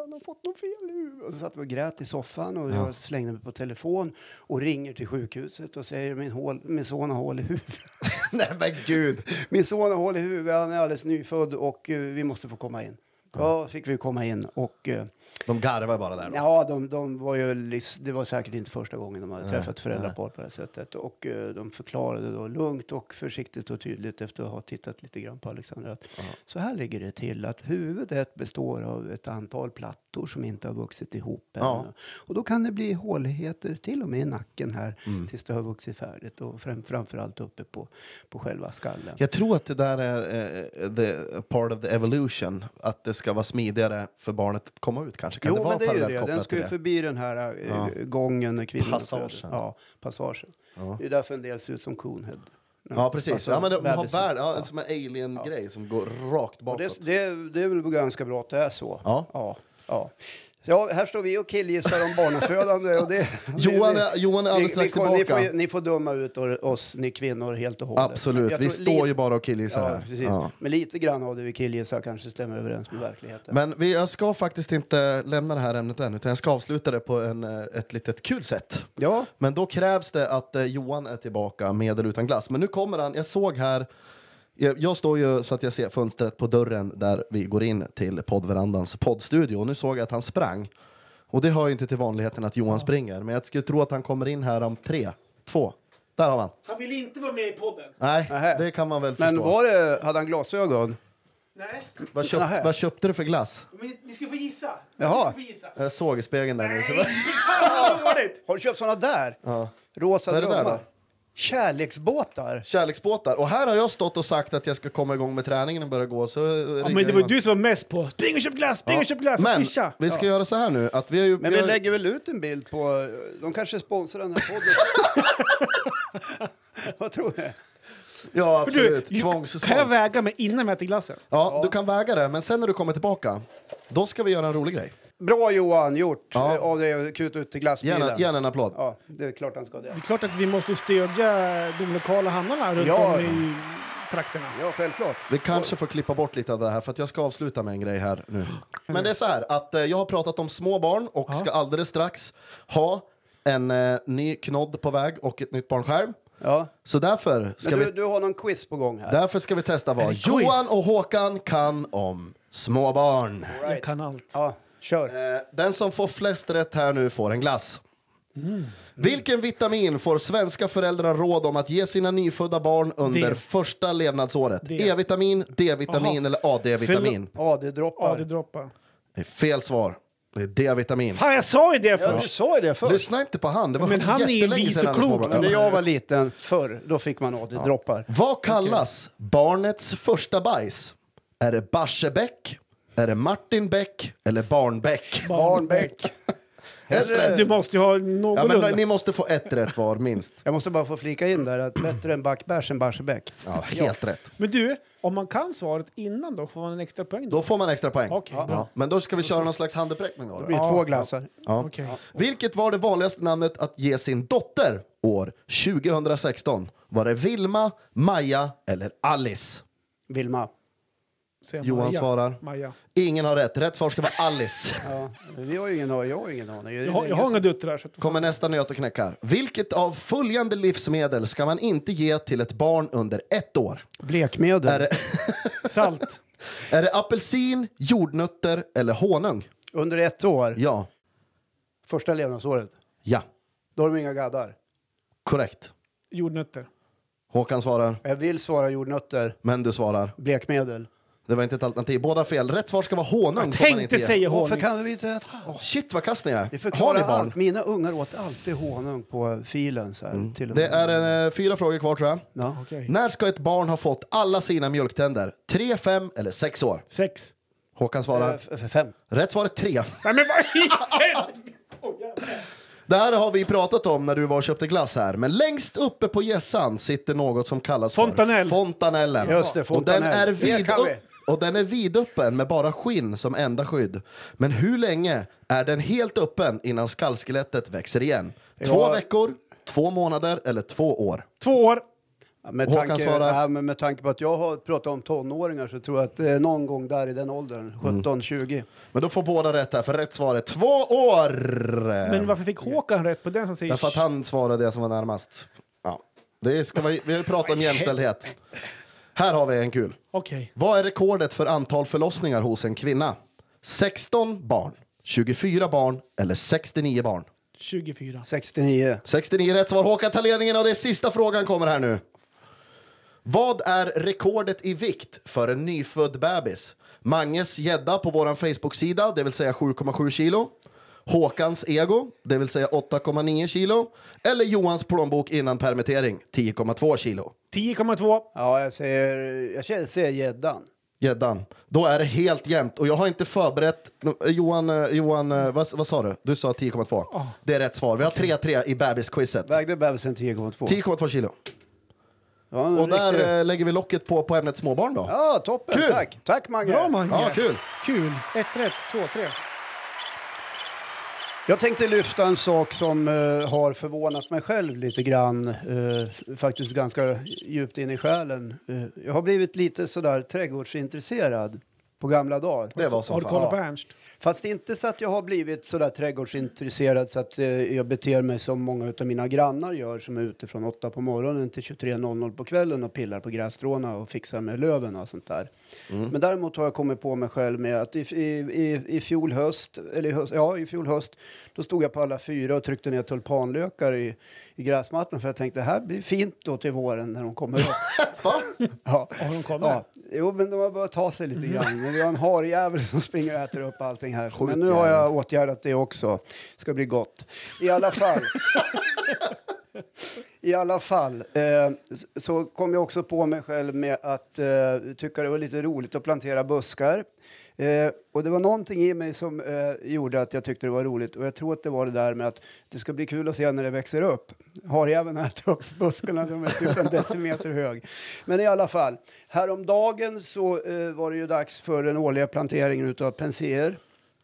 [SPEAKER 1] han har fått något fel nu. Och så satt vi och grät i soffan och jag slängde mig på telefon och ringer till sjukhuset och säger, min, hål, min son har hål i huvudet.
[SPEAKER 2] Nej men gud!
[SPEAKER 1] Min son har hål i huvudet, han är alldeles nyfödd och eh, vi måste få komma in. Ja, fick vi komma in och eh,
[SPEAKER 2] De garvar bara där. då.
[SPEAKER 1] Ja, de, de var ju, lis- det var säkert inte första gången de hade träffat föräldrapar på det här sättet. Och eh, de förklarade då lugnt och försiktigt och tydligt efter att ha tittat lite grann på Alexander att så här ligger det till att huvudet består av ett antal plattor som inte har vuxit ihop än.
[SPEAKER 2] Ja.
[SPEAKER 1] Och då kan det bli håligheter till och med i nacken här
[SPEAKER 2] Mm.
[SPEAKER 1] tills det har vuxit färdigt och fram, framförallt uppe på, på själva skallen.
[SPEAKER 2] Jag tror att det där är eh, the part of the evolution. Att det ska vara smidigare för barnet att komma ut kanske. Kan
[SPEAKER 1] jo,
[SPEAKER 2] det
[SPEAKER 1] men
[SPEAKER 2] vara
[SPEAKER 1] det är ju
[SPEAKER 2] parallellt
[SPEAKER 1] det. Den
[SPEAKER 2] kopplat
[SPEAKER 1] ska
[SPEAKER 2] till
[SPEAKER 1] ju
[SPEAKER 2] det?
[SPEAKER 1] förbi den här eh,
[SPEAKER 2] Ja.
[SPEAKER 1] gången när kvinnorna
[SPEAKER 2] Passagen.
[SPEAKER 1] föder. Ja, passagen. Det är därför en del ser ut som Coonhead.
[SPEAKER 2] Ja, precis.
[SPEAKER 1] Alltså,
[SPEAKER 2] ja, men de har
[SPEAKER 1] bebisen.
[SPEAKER 2] värld, ja, Som en alien-grej som går rakt
[SPEAKER 1] Och
[SPEAKER 2] bakåt.
[SPEAKER 1] Det, det, det är väl ganska bra att det är så.
[SPEAKER 2] Ja.
[SPEAKER 1] Ja, ja. Så ja, här står vi och killgissar om barnafödande. Och det,
[SPEAKER 2] Johan är- Johan är alldeles strax
[SPEAKER 1] kommer- ni
[SPEAKER 2] tillbaka.
[SPEAKER 1] får, ni får döma ut or- oss, ni kvinnor, helt och hållet.
[SPEAKER 2] Absolut,
[SPEAKER 1] Jag
[SPEAKER 2] vi
[SPEAKER 1] tror
[SPEAKER 2] står
[SPEAKER 1] li-
[SPEAKER 2] ju bara och killgissar
[SPEAKER 1] Ja,
[SPEAKER 2] här.
[SPEAKER 1] precis.
[SPEAKER 2] Ja.
[SPEAKER 1] Men lite grann av det vi killgissar kanske stämmer överens med verkligheten.
[SPEAKER 2] Men vi, jag ska faktiskt inte lämna det här ämnet än, utan jag ska avsluta det på en, eh, ett litet kul sätt.
[SPEAKER 1] ja,
[SPEAKER 2] Men då krävs det att eh, Johan är tillbaka med eller utan glass. Men nu kommer han. Jag såg här... Jag, jag står ju så att jag ser fönstret på dörren där vi går in till poddverandans poddstudio. Och nu såg jag att han sprang. Och det hör ju inte till vanligheten att Johan springer. Men jag skulle tro att han kommer in här om tre, två. Där har man.
[SPEAKER 3] Han ville inte vara med i podden.
[SPEAKER 2] Nej,
[SPEAKER 1] Nähä.
[SPEAKER 2] det kan man väl
[SPEAKER 1] Men
[SPEAKER 2] förstå.
[SPEAKER 1] var det, hade han glasögon?
[SPEAKER 3] Nej,
[SPEAKER 2] Vad, köpt,
[SPEAKER 1] Nähä.
[SPEAKER 2] vad köpte du för glass?
[SPEAKER 3] men ni ska få gissa.
[SPEAKER 1] Jaha.
[SPEAKER 3] Ni ska få gissa.
[SPEAKER 2] Jag såg i spegeln där nu.
[SPEAKER 3] Nej,
[SPEAKER 2] Så...
[SPEAKER 3] fan vad dåligt!
[SPEAKER 1] Har du köpt såna där?
[SPEAKER 2] Ja.
[SPEAKER 1] Rosa
[SPEAKER 2] Vad är det där då?
[SPEAKER 1] Kärleksbåtar.
[SPEAKER 2] Kärleksbåtar. Och här har jag stått och sagt att jag ska komma igång med träningen och börja gå. Så
[SPEAKER 3] Ja, men det var ju du som var mest på spring och köp glass, spring och köp glass,
[SPEAKER 2] Men
[SPEAKER 3] swisha.
[SPEAKER 2] vi ska göra så här nu att vi har ju...
[SPEAKER 1] Men
[SPEAKER 2] vi
[SPEAKER 1] vi
[SPEAKER 2] har,
[SPEAKER 1] lägger väl ut en bild på... De kanske sponsrar den här podden. Vad tror du?
[SPEAKER 2] Ja,
[SPEAKER 3] Men du,
[SPEAKER 2] absolut. Tvångsspons.
[SPEAKER 3] kan jag väga mig innan vi äter glassen?
[SPEAKER 2] Ja, du kan väga det. Men sen när du kommer tillbaka, då ska vi göra en rolig grej.
[SPEAKER 1] Bra Johan, gjort
[SPEAKER 2] Ja.
[SPEAKER 1] eh, av det kut ut till glassbilen.
[SPEAKER 2] Gärna, gärna en applåd.
[SPEAKER 1] Ja, det är klart han ska det.
[SPEAKER 3] Det är klart att vi måste stödja de lokala handlarna runt
[SPEAKER 1] Ja.
[SPEAKER 3] om i trakterna.
[SPEAKER 1] Ja, självklart.
[SPEAKER 2] Vi kanske får klippa bort lite av det här för att jag ska avsluta med en grej här nu. Men det är så här att eh, jag har pratat om små barn och ska alldeles strax ha en eh, ny knodd på väg och ett nytt barnskärm.
[SPEAKER 1] Ja.
[SPEAKER 2] Så därför ska,
[SPEAKER 1] Men du,
[SPEAKER 2] vi,
[SPEAKER 1] du har någon quiz på gång här.
[SPEAKER 2] därför ska vi testa vad
[SPEAKER 3] quiz?
[SPEAKER 2] Johan och Håkan kan om små barn.
[SPEAKER 3] Jag kan allt.
[SPEAKER 1] Ja, kör.
[SPEAKER 2] Eh, Den som får flest rätt här nu får en glass.
[SPEAKER 3] Mm.
[SPEAKER 2] Vilken vitamin får svenska föräldrar råd om att ge sina nyfödda barn under
[SPEAKER 3] D.
[SPEAKER 2] första levnadsåret?
[SPEAKER 3] D.
[SPEAKER 2] E-vitamin, D-vitamin
[SPEAKER 3] Aha.
[SPEAKER 2] eller AD-vitamin?
[SPEAKER 1] AD-droppar.
[SPEAKER 3] Ja, det droppar.
[SPEAKER 2] Det är fel svar. Det är D-vitamin.
[SPEAKER 3] Fan, jag sa ju det
[SPEAKER 1] Ja, du
[SPEAKER 3] först!
[SPEAKER 1] sa ju det förr.
[SPEAKER 2] Lyssna inte på han. Det var
[SPEAKER 3] Men han är ju
[SPEAKER 2] jättelänge
[SPEAKER 3] vis
[SPEAKER 2] sedan
[SPEAKER 3] och
[SPEAKER 2] han var
[SPEAKER 3] klok.
[SPEAKER 2] små
[SPEAKER 1] Men
[SPEAKER 2] barn.
[SPEAKER 1] när jag var liten förr, då fick man AD-droppar.
[SPEAKER 2] Vad kallas barnets första bajs? Är det Barsebäck? Är det Martin Beck? Eller Barnbäck?
[SPEAKER 1] Barnbäck.
[SPEAKER 2] Ett rätt.
[SPEAKER 3] Du måste ju ha
[SPEAKER 2] Ja,
[SPEAKER 3] någorlunda.
[SPEAKER 2] men ni måste få ett rätt var minst.
[SPEAKER 1] Jag måste bara få flika in där att bättre än backbärs än Barsebäck.
[SPEAKER 2] Ja, helt rätt.
[SPEAKER 3] Men du, om man kan svaret innan då, får man en extra poäng?
[SPEAKER 2] Då får man extra poäng.
[SPEAKER 3] Okej,
[SPEAKER 2] ja.
[SPEAKER 3] bra.
[SPEAKER 2] Men då ska vi köra någon slags handuppräckning då.
[SPEAKER 1] Det blir
[SPEAKER 2] eller?
[SPEAKER 1] två glassar.
[SPEAKER 2] Ja.
[SPEAKER 3] Okej.
[SPEAKER 2] Vilket var det vanligaste namnet att ge sin dotter år 2016? Var det Vilma, Maja eller Alice?
[SPEAKER 1] Vilma.
[SPEAKER 3] Säger
[SPEAKER 2] Johan svarar.
[SPEAKER 3] Maja.
[SPEAKER 2] Ingen har rätt. Rätt svar ska vara Alice.
[SPEAKER 1] Ja. men Vi har ju ingen aning. Jag har ingen aning.
[SPEAKER 3] Jag har, jag har inga döttrar. Så att...
[SPEAKER 2] Kommer nästa nöt och knäckar. Vilket av följande livsmedel ska man inte ge till ett barn under ett år?
[SPEAKER 1] Blekmedel.
[SPEAKER 2] Är det,
[SPEAKER 3] Salt.
[SPEAKER 2] är det apelsin, jordnötter eller honung?
[SPEAKER 1] Under ett år,
[SPEAKER 2] Ja.
[SPEAKER 1] första levnadsåret,
[SPEAKER 2] Ja.
[SPEAKER 1] då har de inga gaddar.
[SPEAKER 2] Korrekt.
[SPEAKER 3] Jordnötter.
[SPEAKER 2] Håkan svarar.
[SPEAKER 1] Jag vill svara jordnötter,
[SPEAKER 2] Men du svarar.
[SPEAKER 1] blekmedel.
[SPEAKER 2] Det var inte ett alternativ. Båda fel. Rätt svar ska vara honung.
[SPEAKER 3] Jag
[SPEAKER 2] får man
[SPEAKER 3] tänkte
[SPEAKER 2] inte ge.
[SPEAKER 3] säga honung.
[SPEAKER 1] Varför kan vi inte äta? Åh,
[SPEAKER 2] Shit vad kass ni
[SPEAKER 1] Det
[SPEAKER 2] är. Har ni
[SPEAKER 1] förklarar
[SPEAKER 2] barn?
[SPEAKER 1] allt. Mina ungar åt alltid honung på filen. Så här, till och
[SPEAKER 2] Mm. Det
[SPEAKER 1] med.
[SPEAKER 2] är eh, fyra frågor kvar tror jag.
[SPEAKER 1] Ja.
[SPEAKER 3] Okej.
[SPEAKER 2] När ska ett barn ha fått alla sina mjölktänder? Tre, fem eller sex år?
[SPEAKER 3] Sex.
[SPEAKER 2] Håkan svarar.
[SPEAKER 1] Eh, f- f- Fem.
[SPEAKER 2] Rätt svar är tre.
[SPEAKER 3] Nej men vad i helvete! Oj, jävlar.
[SPEAKER 2] Det här har vi pratat om när du var och köpte glass här. Men längst uppe på gässan sitter något som kallas
[SPEAKER 3] Fontanell.
[SPEAKER 2] för fontanellen.
[SPEAKER 1] Just det,
[SPEAKER 2] Och
[SPEAKER 1] fontanell.
[SPEAKER 2] den är,
[SPEAKER 1] Det
[SPEAKER 2] vid
[SPEAKER 1] kan vi.
[SPEAKER 2] och den är vidöppen med bara skinn som enda skydd. Men hur länge är den helt öppen innan skallskelettet växer igen? Två
[SPEAKER 1] Ja.
[SPEAKER 2] veckor, två månader eller två år?
[SPEAKER 3] Två år.
[SPEAKER 1] Ja, Med
[SPEAKER 2] Håkan
[SPEAKER 1] tanke,
[SPEAKER 2] svarar.
[SPEAKER 1] ja, men med tanke på att jag har pratat om tonåringar så tror jag att det är någon gång där i den åldern,
[SPEAKER 2] Mm.
[SPEAKER 1] 17-20.
[SPEAKER 2] Men då får båda rätt här, för rätt svar är två år!
[SPEAKER 3] Men varför fick Håkan rätt på den som säger...
[SPEAKER 2] Därför att han svarade det som var närmast. Ja. Det ska vi, vi har ju pratat om jämställdhet. Här har vi en kul.
[SPEAKER 3] Okej.
[SPEAKER 2] Vad är rekordet för antal förlossningar hos en kvinna? 16 barn, 24 barn eller 69 barn?
[SPEAKER 3] 24.
[SPEAKER 1] 69.
[SPEAKER 2] 69 rätt svar. Håkan tar ledningen och det är sista frågan kommer här nu. Vad är rekordet i vikt för en nyfödd bebis? Manges gädda på vår Facebook-sida, det vill säga 7,7 kilo. Håkans ego, det vill säga 8,9 kilo. Eller Johans plånbok innan permittering, 10,2 kilo.
[SPEAKER 3] 10,2.
[SPEAKER 1] Ja, jag säger jag säger- säger gäddan.
[SPEAKER 2] Gäddan. Då är det helt jämnt. Och jag har inte förberett... Eh, Johan, eh, Johan eh, vad, vad sa du? Du sa 10,2. Det är rätt svar. Vi har 3-3 i bebisquizet.
[SPEAKER 1] Vägde bebisen 10,2?
[SPEAKER 2] 10,2 kilo.
[SPEAKER 1] Ja, en
[SPEAKER 2] Och där
[SPEAKER 1] riktig-
[SPEAKER 2] eh, lägger vi locket på, på ämnet småbarn då.
[SPEAKER 1] Ja, toppen.
[SPEAKER 2] Kul.
[SPEAKER 1] Tack. Tack Mange.
[SPEAKER 3] Bra Mange.
[SPEAKER 2] Ja, kul.
[SPEAKER 3] Kul. Ett rätt, två, tre.
[SPEAKER 1] Jag tänkte lyfta en sak som eh, har förvånat mig själv lite grann. eh, faktiskt ganska djupt in i själen. Eh, jag har blivit lite sådär trädgårdsintresserad. på gamla dagar.
[SPEAKER 2] Det var som
[SPEAKER 3] Har du
[SPEAKER 2] fan.
[SPEAKER 3] kollat på Ernst?
[SPEAKER 1] Fast inte så att jag har blivit så där trädgårdsintresserad så att eh, jag beter mig som många av mina grannar gör som är ute från 8 på morgonen till 23.00 på kvällen och pillar på grässtråna och fixar med löven och sånt där. Men däremot har jag kommit på mig själv med att i, i, i, i fjol höst, eller i höst, ja i fjol höst, då stod jag på alla fyra och tryckte ner tulpanlökar i, i gräsmattan för jag tänkte det här blir fint då till våren när de kommer upp. ja.
[SPEAKER 3] Har de kommit?
[SPEAKER 1] Ja, jo, men de har börjat ta sig lite grann. Men vi har en harjävel som springer och äter upp allting här. men nu har jag åtgärdat det också. ska bli gott. I alla fall. I alla fall eh, s- så kom jag också på mig själv med att eh, tycka det var lite roligt att plantera buskar. Eh, och det var någonting i mig som eh, gjorde att jag tyckte det var roligt. Och jag tror att det var det där med att det ska bli kul att se när det växer upp. Har jag även ätit upp buskarna, de är typ en decimeter hög. Men i alla fall, häromdagen så eh, var det ju dags för den årliga planteringen utav penséer.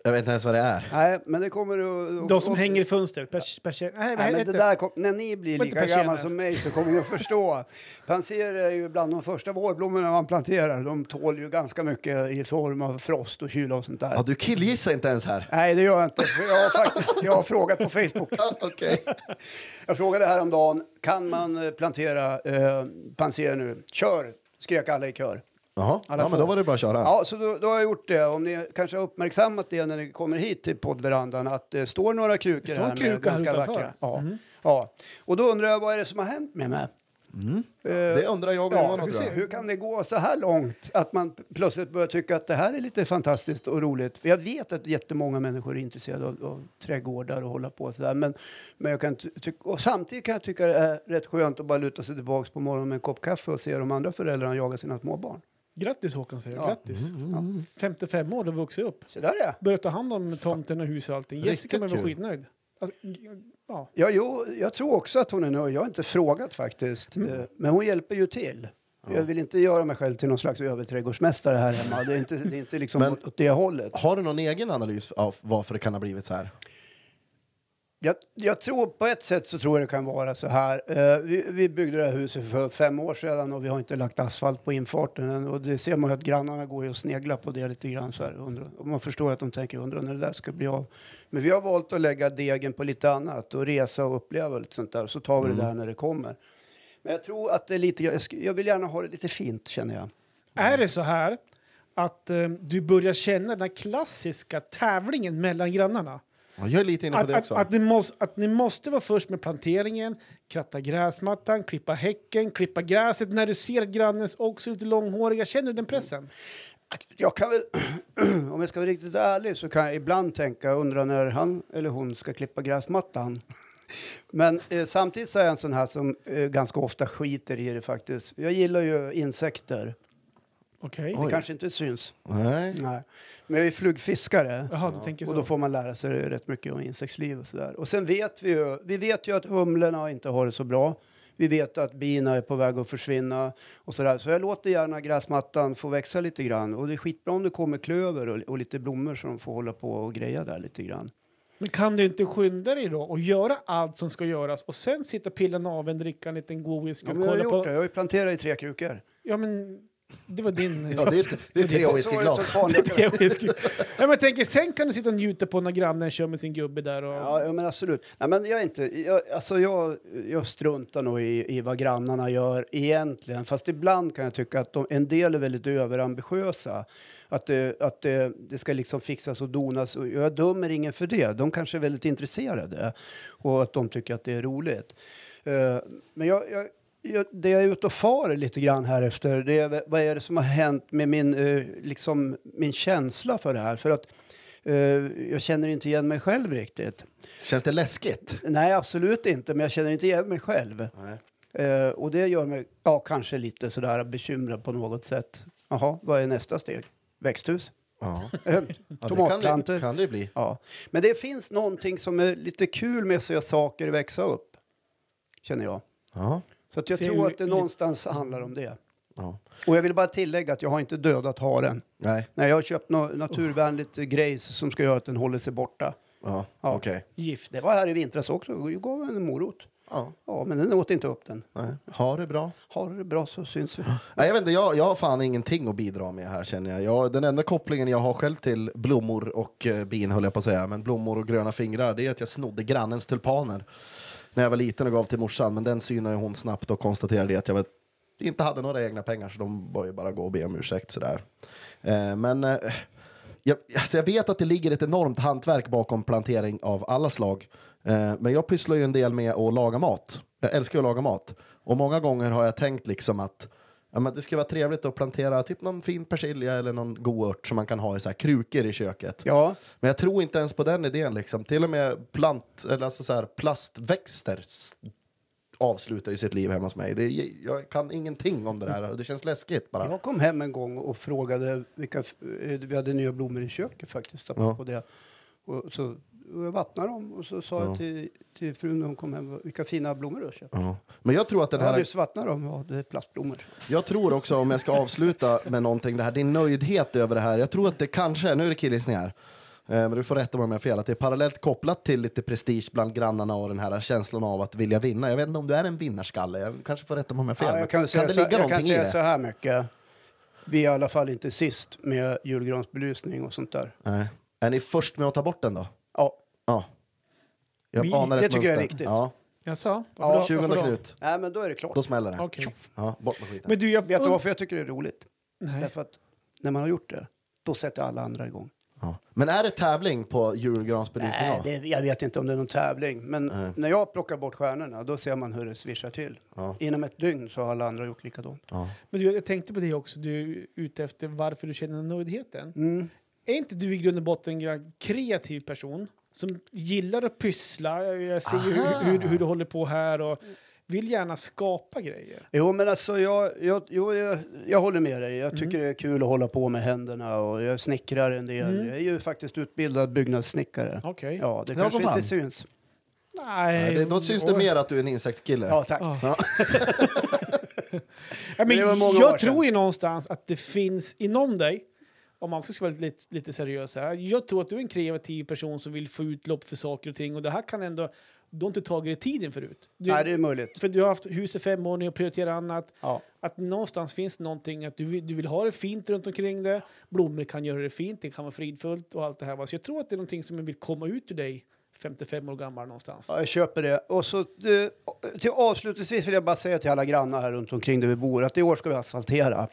[SPEAKER 2] Jag vet inte ens vad det är.
[SPEAKER 1] Nej, men det kommer att...
[SPEAKER 3] De som hänger i fönster. Pers, pers, nej, vad
[SPEAKER 1] Nej, men
[SPEAKER 3] heter
[SPEAKER 1] det
[SPEAKER 3] det?
[SPEAKER 1] där kom, när ni blir
[SPEAKER 3] Men inte
[SPEAKER 1] lika gamla
[SPEAKER 3] persienner.
[SPEAKER 1] som mig så kommer ni att förstå. Panser är ju bland de första vårblommorna man planterar. De tål ju ganska mycket i form av frost och kyla och sånt där.
[SPEAKER 2] Ja, du killgissar inte ens här.
[SPEAKER 1] Nej, det gör jag inte. För jag, har faktiskt, jag har frågat på Facebook.
[SPEAKER 2] Okej.
[SPEAKER 1] Jag frågade häromdagen, kan man eh, plantera eh, panser nu? Kör, skrek alla i kör.
[SPEAKER 2] Jaha,
[SPEAKER 1] Alla
[SPEAKER 2] ja,
[SPEAKER 1] två.
[SPEAKER 2] men då var det bara att köra.
[SPEAKER 1] Ja, så då, då har jag gjort det. Om ni kanske har uppmärksammat det när ni kommer hit till poddverandan att det står några krukor
[SPEAKER 3] Det står
[SPEAKER 1] här
[SPEAKER 3] en
[SPEAKER 1] med
[SPEAKER 3] kruka här
[SPEAKER 1] ganska
[SPEAKER 3] utanför.
[SPEAKER 1] vackra. Ja. ja. Och då undrar jag, vad är det som har hänt med mig? Eh,
[SPEAKER 2] Det undrar jag om
[SPEAKER 1] Ja,
[SPEAKER 2] Johan också.
[SPEAKER 1] se, hur kan det gå så här långt att man p- plötsligt börjar tycka att det här är lite fantastiskt och roligt? För jag vet att jättemånga människor är intresserade av, av trädgårdar och hålla på och sådär. Men, men jag kan ty- tycka- och samtidigt kan jag tycka det är rätt skönt att bara luta sig tillbaka på morgonen med en kopp kaffe och se de andra föräldrarna jaga sina småbarn.
[SPEAKER 3] Grattis Håkan säger jag.
[SPEAKER 1] Ja.
[SPEAKER 3] Grattis.
[SPEAKER 2] Mm,
[SPEAKER 3] 55 år, du har vuxit upp.
[SPEAKER 1] Så där ja.
[SPEAKER 3] Börjat ta hand om tomten och hus och allting. Jessica
[SPEAKER 2] Riktigt
[SPEAKER 3] kommer vara
[SPEAKER 2] kul.
[SPEAKER 3] skitnöjd. Alltså, g- ja.
[SPEAKER 1] Ja, jo, jag tror också att hon är nöjd. Jag har inte frågat faktiskt. Eh, Men hon hjälper ju till. Jag vill inte göra mig själv till någon slags överträdgårdsmästare här hemma. Det är inte, det är inte liksom
[SPEAKER 2] Men-
[SPEAKER 1] åt, åt det hållet.
[SPEAKER 2] Har du någon egen analys av varför det kan ha blivit så här?
[SPEAKER 1] Jag, jag tror på ett sätt så tror jag det kan vara så här. Eh, vi, vi byggde det här huset för fem år sedan och vi har inte lagt asfalt på infarten än. Och det ser man ju att grannarna går ju och sneglar på det lite grann så här. Undrar, och man förstår att de tänker undrar när det där ska bli av. Men vi har valt att lägga degen på lite annat och resa och uppleva lite sånt där. Så tar vi det där när det kommer. Men jag tror att det är lite, jag, sk- jag vill gärna ha det lite fint känner jag.
[SPEAKER 3] Är det så här att eh, du börjar känna den här klassiska tävlingen mellan grannarna?
[SPEAKER 2] Ja, Jag är lite inne på
[SPEAKER 3] Att,
[SPEAKER 2] det
[SPEAKER 3] att,
[SPEAKER 2] också.
[SPEAKER 3] att, ni måste, att ni måste vara först med planteringen, kratta gräsmattan, klippa häcken, klippa gräset. När du ser att grannen också är lite långhåriga, känner du den pressen?
[SPEAKER 1] Jag kan väl, om jag ska vara riktigt ärlig, så kan jag ibland tänka, undra när han eller hon ska klippa gräsmattan. Men eh, samtidigt så är jag en sån här som eh, ganska ofta skiter i det faktiskt. Jag gillar ju insekter.
[SPEAKER 3] Okej.
[SPEAKER 1] Det
[SPEAKER 2] Oj.
[SPEAKER 1] kanske inte syns.
[SPEAKER 2] Nej.
[SPEAKER 1] Nej. Men jag är flugfiskare.
[SPEAKER 3] Jaha, du tänker så.
[SPEAKER 1] Och då får man lära sig rätt mycket om insektsliv och sådär. Och sen vet vi ju, vi vet ju att humlorna inte har det så bra. Vi vet att bina är på väg att försvinna och sådär. Så jag låter gärna gräsmattan få växa lite grann. Och det är skitbra om det kommer klöver och, och lite blommor så de får hålla på och greja där lite grann.
[SPEAKER 3] Men kan du inte skynda dig då och göra allt som ska göras och sen sitta och pilla naveln, dricka en liten god whisky
[SPEAKER 1] Ja,
[SPEAKER 3] och
[SPEAKER 1] men jag har
[SPEAKER 3] kolla
[SPEAKER 1] gjort
[SPEAKER 3] på...
[SPEAKER 1] det, jag har ju planterat i tre krukor.
[SPEAKER 3] Ja, men det var din...
[SPEAKER 2] Ja, det är, ett- det är tre whiskyglas.
[SPEAKER 3] Det är whisky. ja, men jag tänker, sen kan du sitta och njuta på när grannen kör med sin gubbe där och...
[SPEAKER 1] Ja, ja, men absolut. Nej, men jag, är inte, jag, alltså jag, jag struntar nog i, i vad grannarna gör egentligen. Fast ibland kan jag tycka att de, en del är väldigt överambitiösa. Att, det, att det, det ska liksom fixas och donas. Och jag dömer ingen för det. De kanske är väldigt intresserade och att de tycker att det är roligt. Eh, men jag, jag, jag, det jag är ute och far lite grann här efter, det är, vad är det som har hänt med min, eh, liksom, min känsla för det här? För att eh, jag känner inte igen mig själv riktigt.
[SPEAKER 2] Känns det läskigt?
[SPEAKER 1] Nej, absolut inte. Men jag känner inte igen mig själv.
[SPEAKER 2] Nej.
[SPEAKER 1] Eh, och det gör mig ja, kanske lite sådär bekymrad på något sätt. Jaha, vad är nästa steg? Växthus?
[SPEAKER 2] Ja.
[SPEAKER 1] Eh,
[SPEAKER 2] Ja, det kan
[SPEAKER 1] Tomatplantor?
[SPEAKER 2] det, kan det ju bli.
[SPEAKER 1] Ja. Men det finns någonting som är lite kul med att se saker växa upp, känner jag.
[SPEAKER 2] Ja.
[SPEAKER 1] Så att jag
[SPEAKER 3] Ser
[SPEAKER 1] tror
[SPEAKER 3] ju
[SPEAKER 1] att det
[SPEAKER 3] lite-
[SPEAKER 1] någonstans handlar om det.
[SPEAKER 2] ja.
[SPEAKER 1] Och jag vill bara tillägga att jag har inte dödat haren.
[SPEAKER 2] Nej.
[SPEAKER 1] Nej, jag har köpt något naturvänligt grejs som ska göra att den håller sig borta.
[SPEAKER 2] Ja.
[SPEAKER 1] Ja.
[SPEAKER 2] Okej.
[SPEAKER 3] Gift.
[SPEAKER 1] Det var här i vintras också. Jag gav en morot.
[SPEAKER 2] Ja,
[SPEAKER 1] Ja, men den åt inte upp den.
[SPEAKER 2] nej. Ha det bra.
[SPEAKER 1] Har du det bra så syns vi.
[SPEAKER 2] Nej, jag, vet inte, jag, jag har fan ingenting att bidra med här känner jag. jag. Den enda kopplingen jag har själv till blommor och eh, bin höll jag på att säga, men blommor och gröna fingrar, det är att jag snodde grannens tulpaner när jag var liten och gav till morsan. Men den synade ju hon snabbt och konstaterade att jag var, inte hade några egna pengar så de var ju bara gå och be om ursäkt sådär. Eh, men eh, jag, alltså jag vet att det ligger ett enormt hantverk bakom plantering av alla slag. Eh, men jag pysslar ju en del med att laga mat. Jag älskar ju att laga mat. Och många gånger har jag tänkt liksom att ja, men det skulle vara trevligt att plantera typ någon fin persilja eller någon god ört som man kan ha i så här krukor i köket.
[SPEAKER 1] Ja,
[SPEAKER 2] Men jag tror inte ens på den idén. Liksom. Till och med plant, eller alltså så här, plastväxter s- avslutar ju sitt liv hemma hos mig. Det, jag kan ingenting om det där. Det känns läskigt bara.
[SPEAKER 1] jag kom hem en gång och frågade vilka... f- eh, Vi hade nya blommor i köket faktiskt.
[SPEAKER 2] Ja.
[SPEAKER 1] På det. Och så och jag vattnade dem och så sa jag till, till frun när hon kom hem vilka fina blommor du har köpt.
[SPEAKER 2] Ja. Men jag tror att den
[SPEAKER 1] Jag hade
[SPEAKER 2] här...
[SPEAKER 1] just vattnat dem, ja det är plastblommor.
[SPEAKER 2] Jag tror också, om jag ska avsluta med någonting, det här, din nöjdhet över det här. Jag tror att det kanske, nu är det killgissning här, eh, men du får rätta mig om jag har fel, att det är parallellt kopplat till lite prestige bland grannarna och den här känslan av att vilja vinna. Jag vet inte om du är en vinnarskalle, jag kanske får rätta mig om jag har fel.
[SPEAKER 1] Ja,
[SPEAKER 2] men
[SPEAKER 1] jag kan, säga
[SPEAKER 2] det
[SPEAKER 1] så,
[SPEAKER 2] ligga
[SPEAKER 1] jag kan
[SPEAKER 2] någonting i
[SPEAKER 1] säga
[SPEAKER 2] det?
[SPEAKER 1] så här mycket. Vi är i alla fall inte sist med julgransbelysning och sånt där.
[SPEAKER 2] Nej. Är ni först med att ta bort den då?
[SPEAKER 1] Ja,
[SPEAKER 2] Ja. Jag
[SPEAKER 3] Vi-
[SPEAKER 2] anar ett
[SPEAKER 1] det tycker jag är
[SPEAKER 2] mönster.
[SPEAKER 1] riktigt.
[SPEAKER 2] Ja.
[SPEAKER 3] Jaså? Varför
[SPEAKER 2] Ja,
[SPEAKER 3] då?
[SPEAKER 2] 20
[SPEAKER 3] Varför då?
[SPEAKER 2] Knut,
[SPEAKER 1] Nej, men då är det klart.
[SPEAKER 2] då smäller det.
[SPEAKER 3] Okej.
[SPEAKER 2] Ja, bort med skiten.
[SPEAKER 3] Men du, jag...
[SPEAKER 1] Vet du varför jag tycker det är roligt?
[SPEAKER 3] Nej.
[SPEAKER 1] Därför att när man har gjort det, då sätter alla andra igång.
[SPEAKER 2] Ja. Men är det tävling på julgransbelysning?
[SPEAKER 1] Nej,
[SPEAKER 2] då?
[SPEAKER 1] det, jag vet inte om det är någon tävling, men
[SPEAKER 2] Nej.
[SPEAKER 1] när jag plockar bort stjärnorna, då ser man hur det svischar till.
[SPEAKER 2] Ja.
[SPEAKER 1] Inom ett dygn så har alla andra gjort likadant.
[SPEAKER 2] Ja.
[SPEAKER 3] Men du, jag tänkte på det också. Du är ute efter varför du känner nöjdheten.
[SPEAKER 1] Mm.
[SPEAKER 3] Är inte du i grund och botten en kreativ person som gillar att pyssla? Jag ser ju
[SPEAKER 2] Aha.
[SPEAKER 3] hur, hur, hur du håller på här och vill gärna skapa grejer.
[SPEAKER 1] Jo, men alltså jag, jag, jo, jag, jag håller med dig. Jag
[SPEAKER 2] Mm.
[SPEAKER 1] tycker det är kul att hålla på med händerna och jag snickrar en del.
[SPEAKER 3] Mm.
[SPEAKER 1] Jag är ju faktiskt utbildad byggnadssnickare.
[SPEAKER 3] Okej.
[SPEAKER 1] Ja, det
[SPEAKER 2] Ja,
[SPEAKER 1] kanske
[SPEAKER 2] vad
[SPEAKER 1] inte
[SPEAKER 2] fan.
[SPEAKER 1] syns.
[SPEAKER 3] Nej.
[SPEAKER 2] Nej, det, då syns det
[SPEAKER 3] och-
[SPEAKER 2] mer att du är en insektskille.
[SPEAKER 1] Ja, tack.
[SPEAKER 3] Ja.
[SPEAKER 2] Ja.
[SPEAKER 3] Ja, men
[SPEAKER 1] Det var många år
[SPEAKER 3] jag
[SPEAKER 1] sedan.
[SPEAKER 3] tror ju någonstans att det finns inom dig, om man också ska vara lite, lite seriös här, jag tror att du är en kreativ person som vill få utlopp för saker och ting och det här kan ändå, du har inte tagit dig tiden förut. Du,
[SPEAKER 1] Nej, det är möjligt.
[SPEAKER 3] För du har haft hus i fem år, ni har prioriterat annat.
[SPEAKER 1] Ja.
[SPEAKER 3] Att någonstans finns någonting, att du, vill- du vill ha det fint runt omkring det. Blommor kan göra det fint, det kan vara fridfullt och allt det här. va. Så jag tror att det är någonting som vill komma ut ur dig 55 år gammal någonstans.
[SPEAKER 1] Ja, jag köper det. Och så eh, till avslutningsvis vill jag bara säga till alla grannar här runt omkring där vi bor att i år ska vi asfaltera.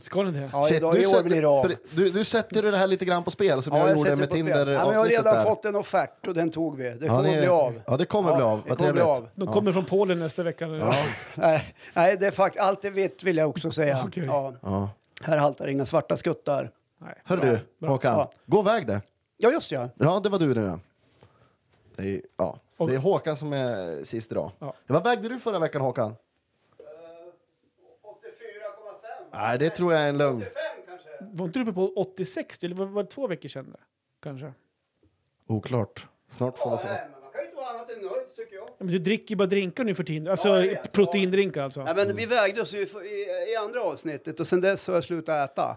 [SPEAKER 3] Ska den det?
[SPEAKER 1] Mm. Ja,
[SPEAKER 2] Shit,
[SPEAKER 1] idag, i år blir det av.
[SPEAKER 2] pre- du, du sätter ju det här lite grann på spel som jag, gjorde
[SPEAKER 1] sätter
[SPEAKER 2] med
[SPEAKER 1] på spel.
[SPEAKER 2] tinder
[SPEAKER 1] ja, men Jag har
[SPEAKER 2] avsnittet
[SPEAKER 1] redan
[SPEAKER 2] där.
[SPEAKER 1] fått en offert och den tog vi. Det
[SPEAKER 2] ja,
[SPEAKER 1] kommer
[SPEAKER 2] det-
[SPEAKER 1] bli av.
[SPEAKER 2] Ja, det kommer bli
[SPEAKER 1] Ja,
[SPEAKER 2] av.
[SPEAKER 1] det
[SPEAKER 2] Vad
[SPEAKER 1] kommer bli
[SPEAKER 2] trevligt.
[SPEAKER 1] av.
[SPEAKER 3] De kommer från Polen nästa vecka. Ja.
[SPEAKER 1] Nej, nej, det är faktiskt allt är vitt vill jag också säga.
[SPEAKER 3] Okej.
[SPEAKER 1] Ja,
[SPEAKER 2] Ja.
[SPEAKER 1] här haltar inga svarta skuttar.
[SPEAKER 3] Nej.
[SPEAKER 2] Hör
[SPEAKER 3] bra,
[SPEAKER 2] du,
[SPEAKER 3] bra.
[SPEAKER 2] Håkan.
[SPEAKER 1] Ja.
[SPEAKER 2] Gå iväg det.
[SPEAKER 1] Ja, just det, ja.
[SPEAKER 2] Ja, det var du nu. ja. Det är, ja.
[SPEAKER 3] Och-
[SPEAKER 2] det är Håkan som är sist idag.
[SPEAKER 3] Ja.
[SPEAKER 2] Vad vägde du förra veckan, Håkan?
[SPEAKER 1] 84,5.
[SPEAKER 2] Nej, det tror jag är en lugn.
[SPEAKER 1] 85 kanske.
[SPEAKER 3] Var inte du uppe på 86? Eller var var det två veckor sedan? det? Kanske.
[SPEAKER 2] Oklart. Snart får vi se.
[SPEAKER 1] men man kan ju inte vara annat än nöjd tycker jag.
[SPEAKER 3] Ja, men du dricker ju bara drinkar nu för tiden. Alltså
[SPEAKER 1] Ja, jag vet.
[SPEAKER 3] proteindrinkar alltså.
[SPEAKER 1] Nej, men vi vägdes ju i, i andra avsnittet och sen dess har jag slutat äta.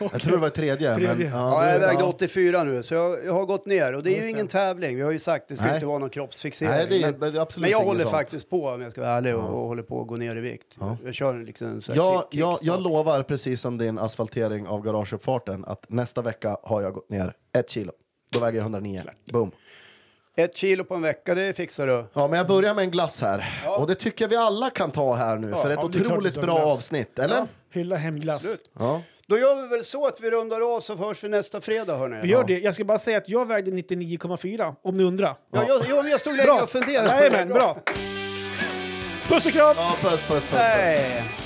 [SPEAKER 2] Jag tror det var tredje.
[SPEAKER 3] Tredje.
[SPEAKER 2] Men,
[SPEAKER 1] Ja,
[SPEAKER 2] det-
[SPEAKER 1] jag vägde 84 nu, så jag, jag har gått ner. Och det är ju ingen tävling. Vi har ju sagt det ska
[SPEAKER 2] Nej.
[SPEAKER 1] inte vara någon kroppsfixering.
[SPEAKER 2] Nej, det är-
[SPEAKER 1] men,
[SPEAKER 2] det är absolut
[SPEAKER 1] men jag
[SPEAKER 2] inget
[SPEAKER 1] håller
[SPEAKER 2] sånt.
[SPEAKER 1] faktiskt på, om jag ska vara ärlig, och, och håller på att gå ner i vikt. Jag kör en liksom så här
[SPEAKER 2] Jag,
[SPEAKER 1] kick-
[SPEAKER 2] jag,
[SPEAKER 1] kickstart.
[SPEAKER 2] jag lovar, precis som din asfaltering av garageuppfarten, att nästa vecka har jag gått ner ett kilo. Då väger jag 109. Boom.
[SPEAKER 1] Ett kilo på en vecka, det fixar du.
[SPEAKER 2] Ja, men jag börjar med en glass här. Och det tycker jag vi alla kan ta här nu, för ett
[SPEAKER 3] ja, det är klart
[SPEAKER 2] otroligt
[SPEAKER 3] du tar
[SPEAKER 2] bra
[SPEAKER 3] glass.
[SPEAKER 2] avsnitt. Eller? Ja.
[SPEAKER 3] Hylla hemglass.
[SPEAKER 1] Då gör vi väl så att vi rundar av så hörs vi nästa fredag, hörni.
[SPEAKER 3] Vi gör det. Jag ska bara säga att jag vägde 99,4 om ni undrar.
[SPEAKER 1] Ja, jag, jag, jag stod länge
[SPEAKER 3] Bra!
[SPEAKER 1] och funderade. på det.
[SPEAKER 3] Jajamän, bra! Puss och kram!
[SPEAKER 2] Ja, puss, puss, puss. puss.
[SPEAKER 1] Nej.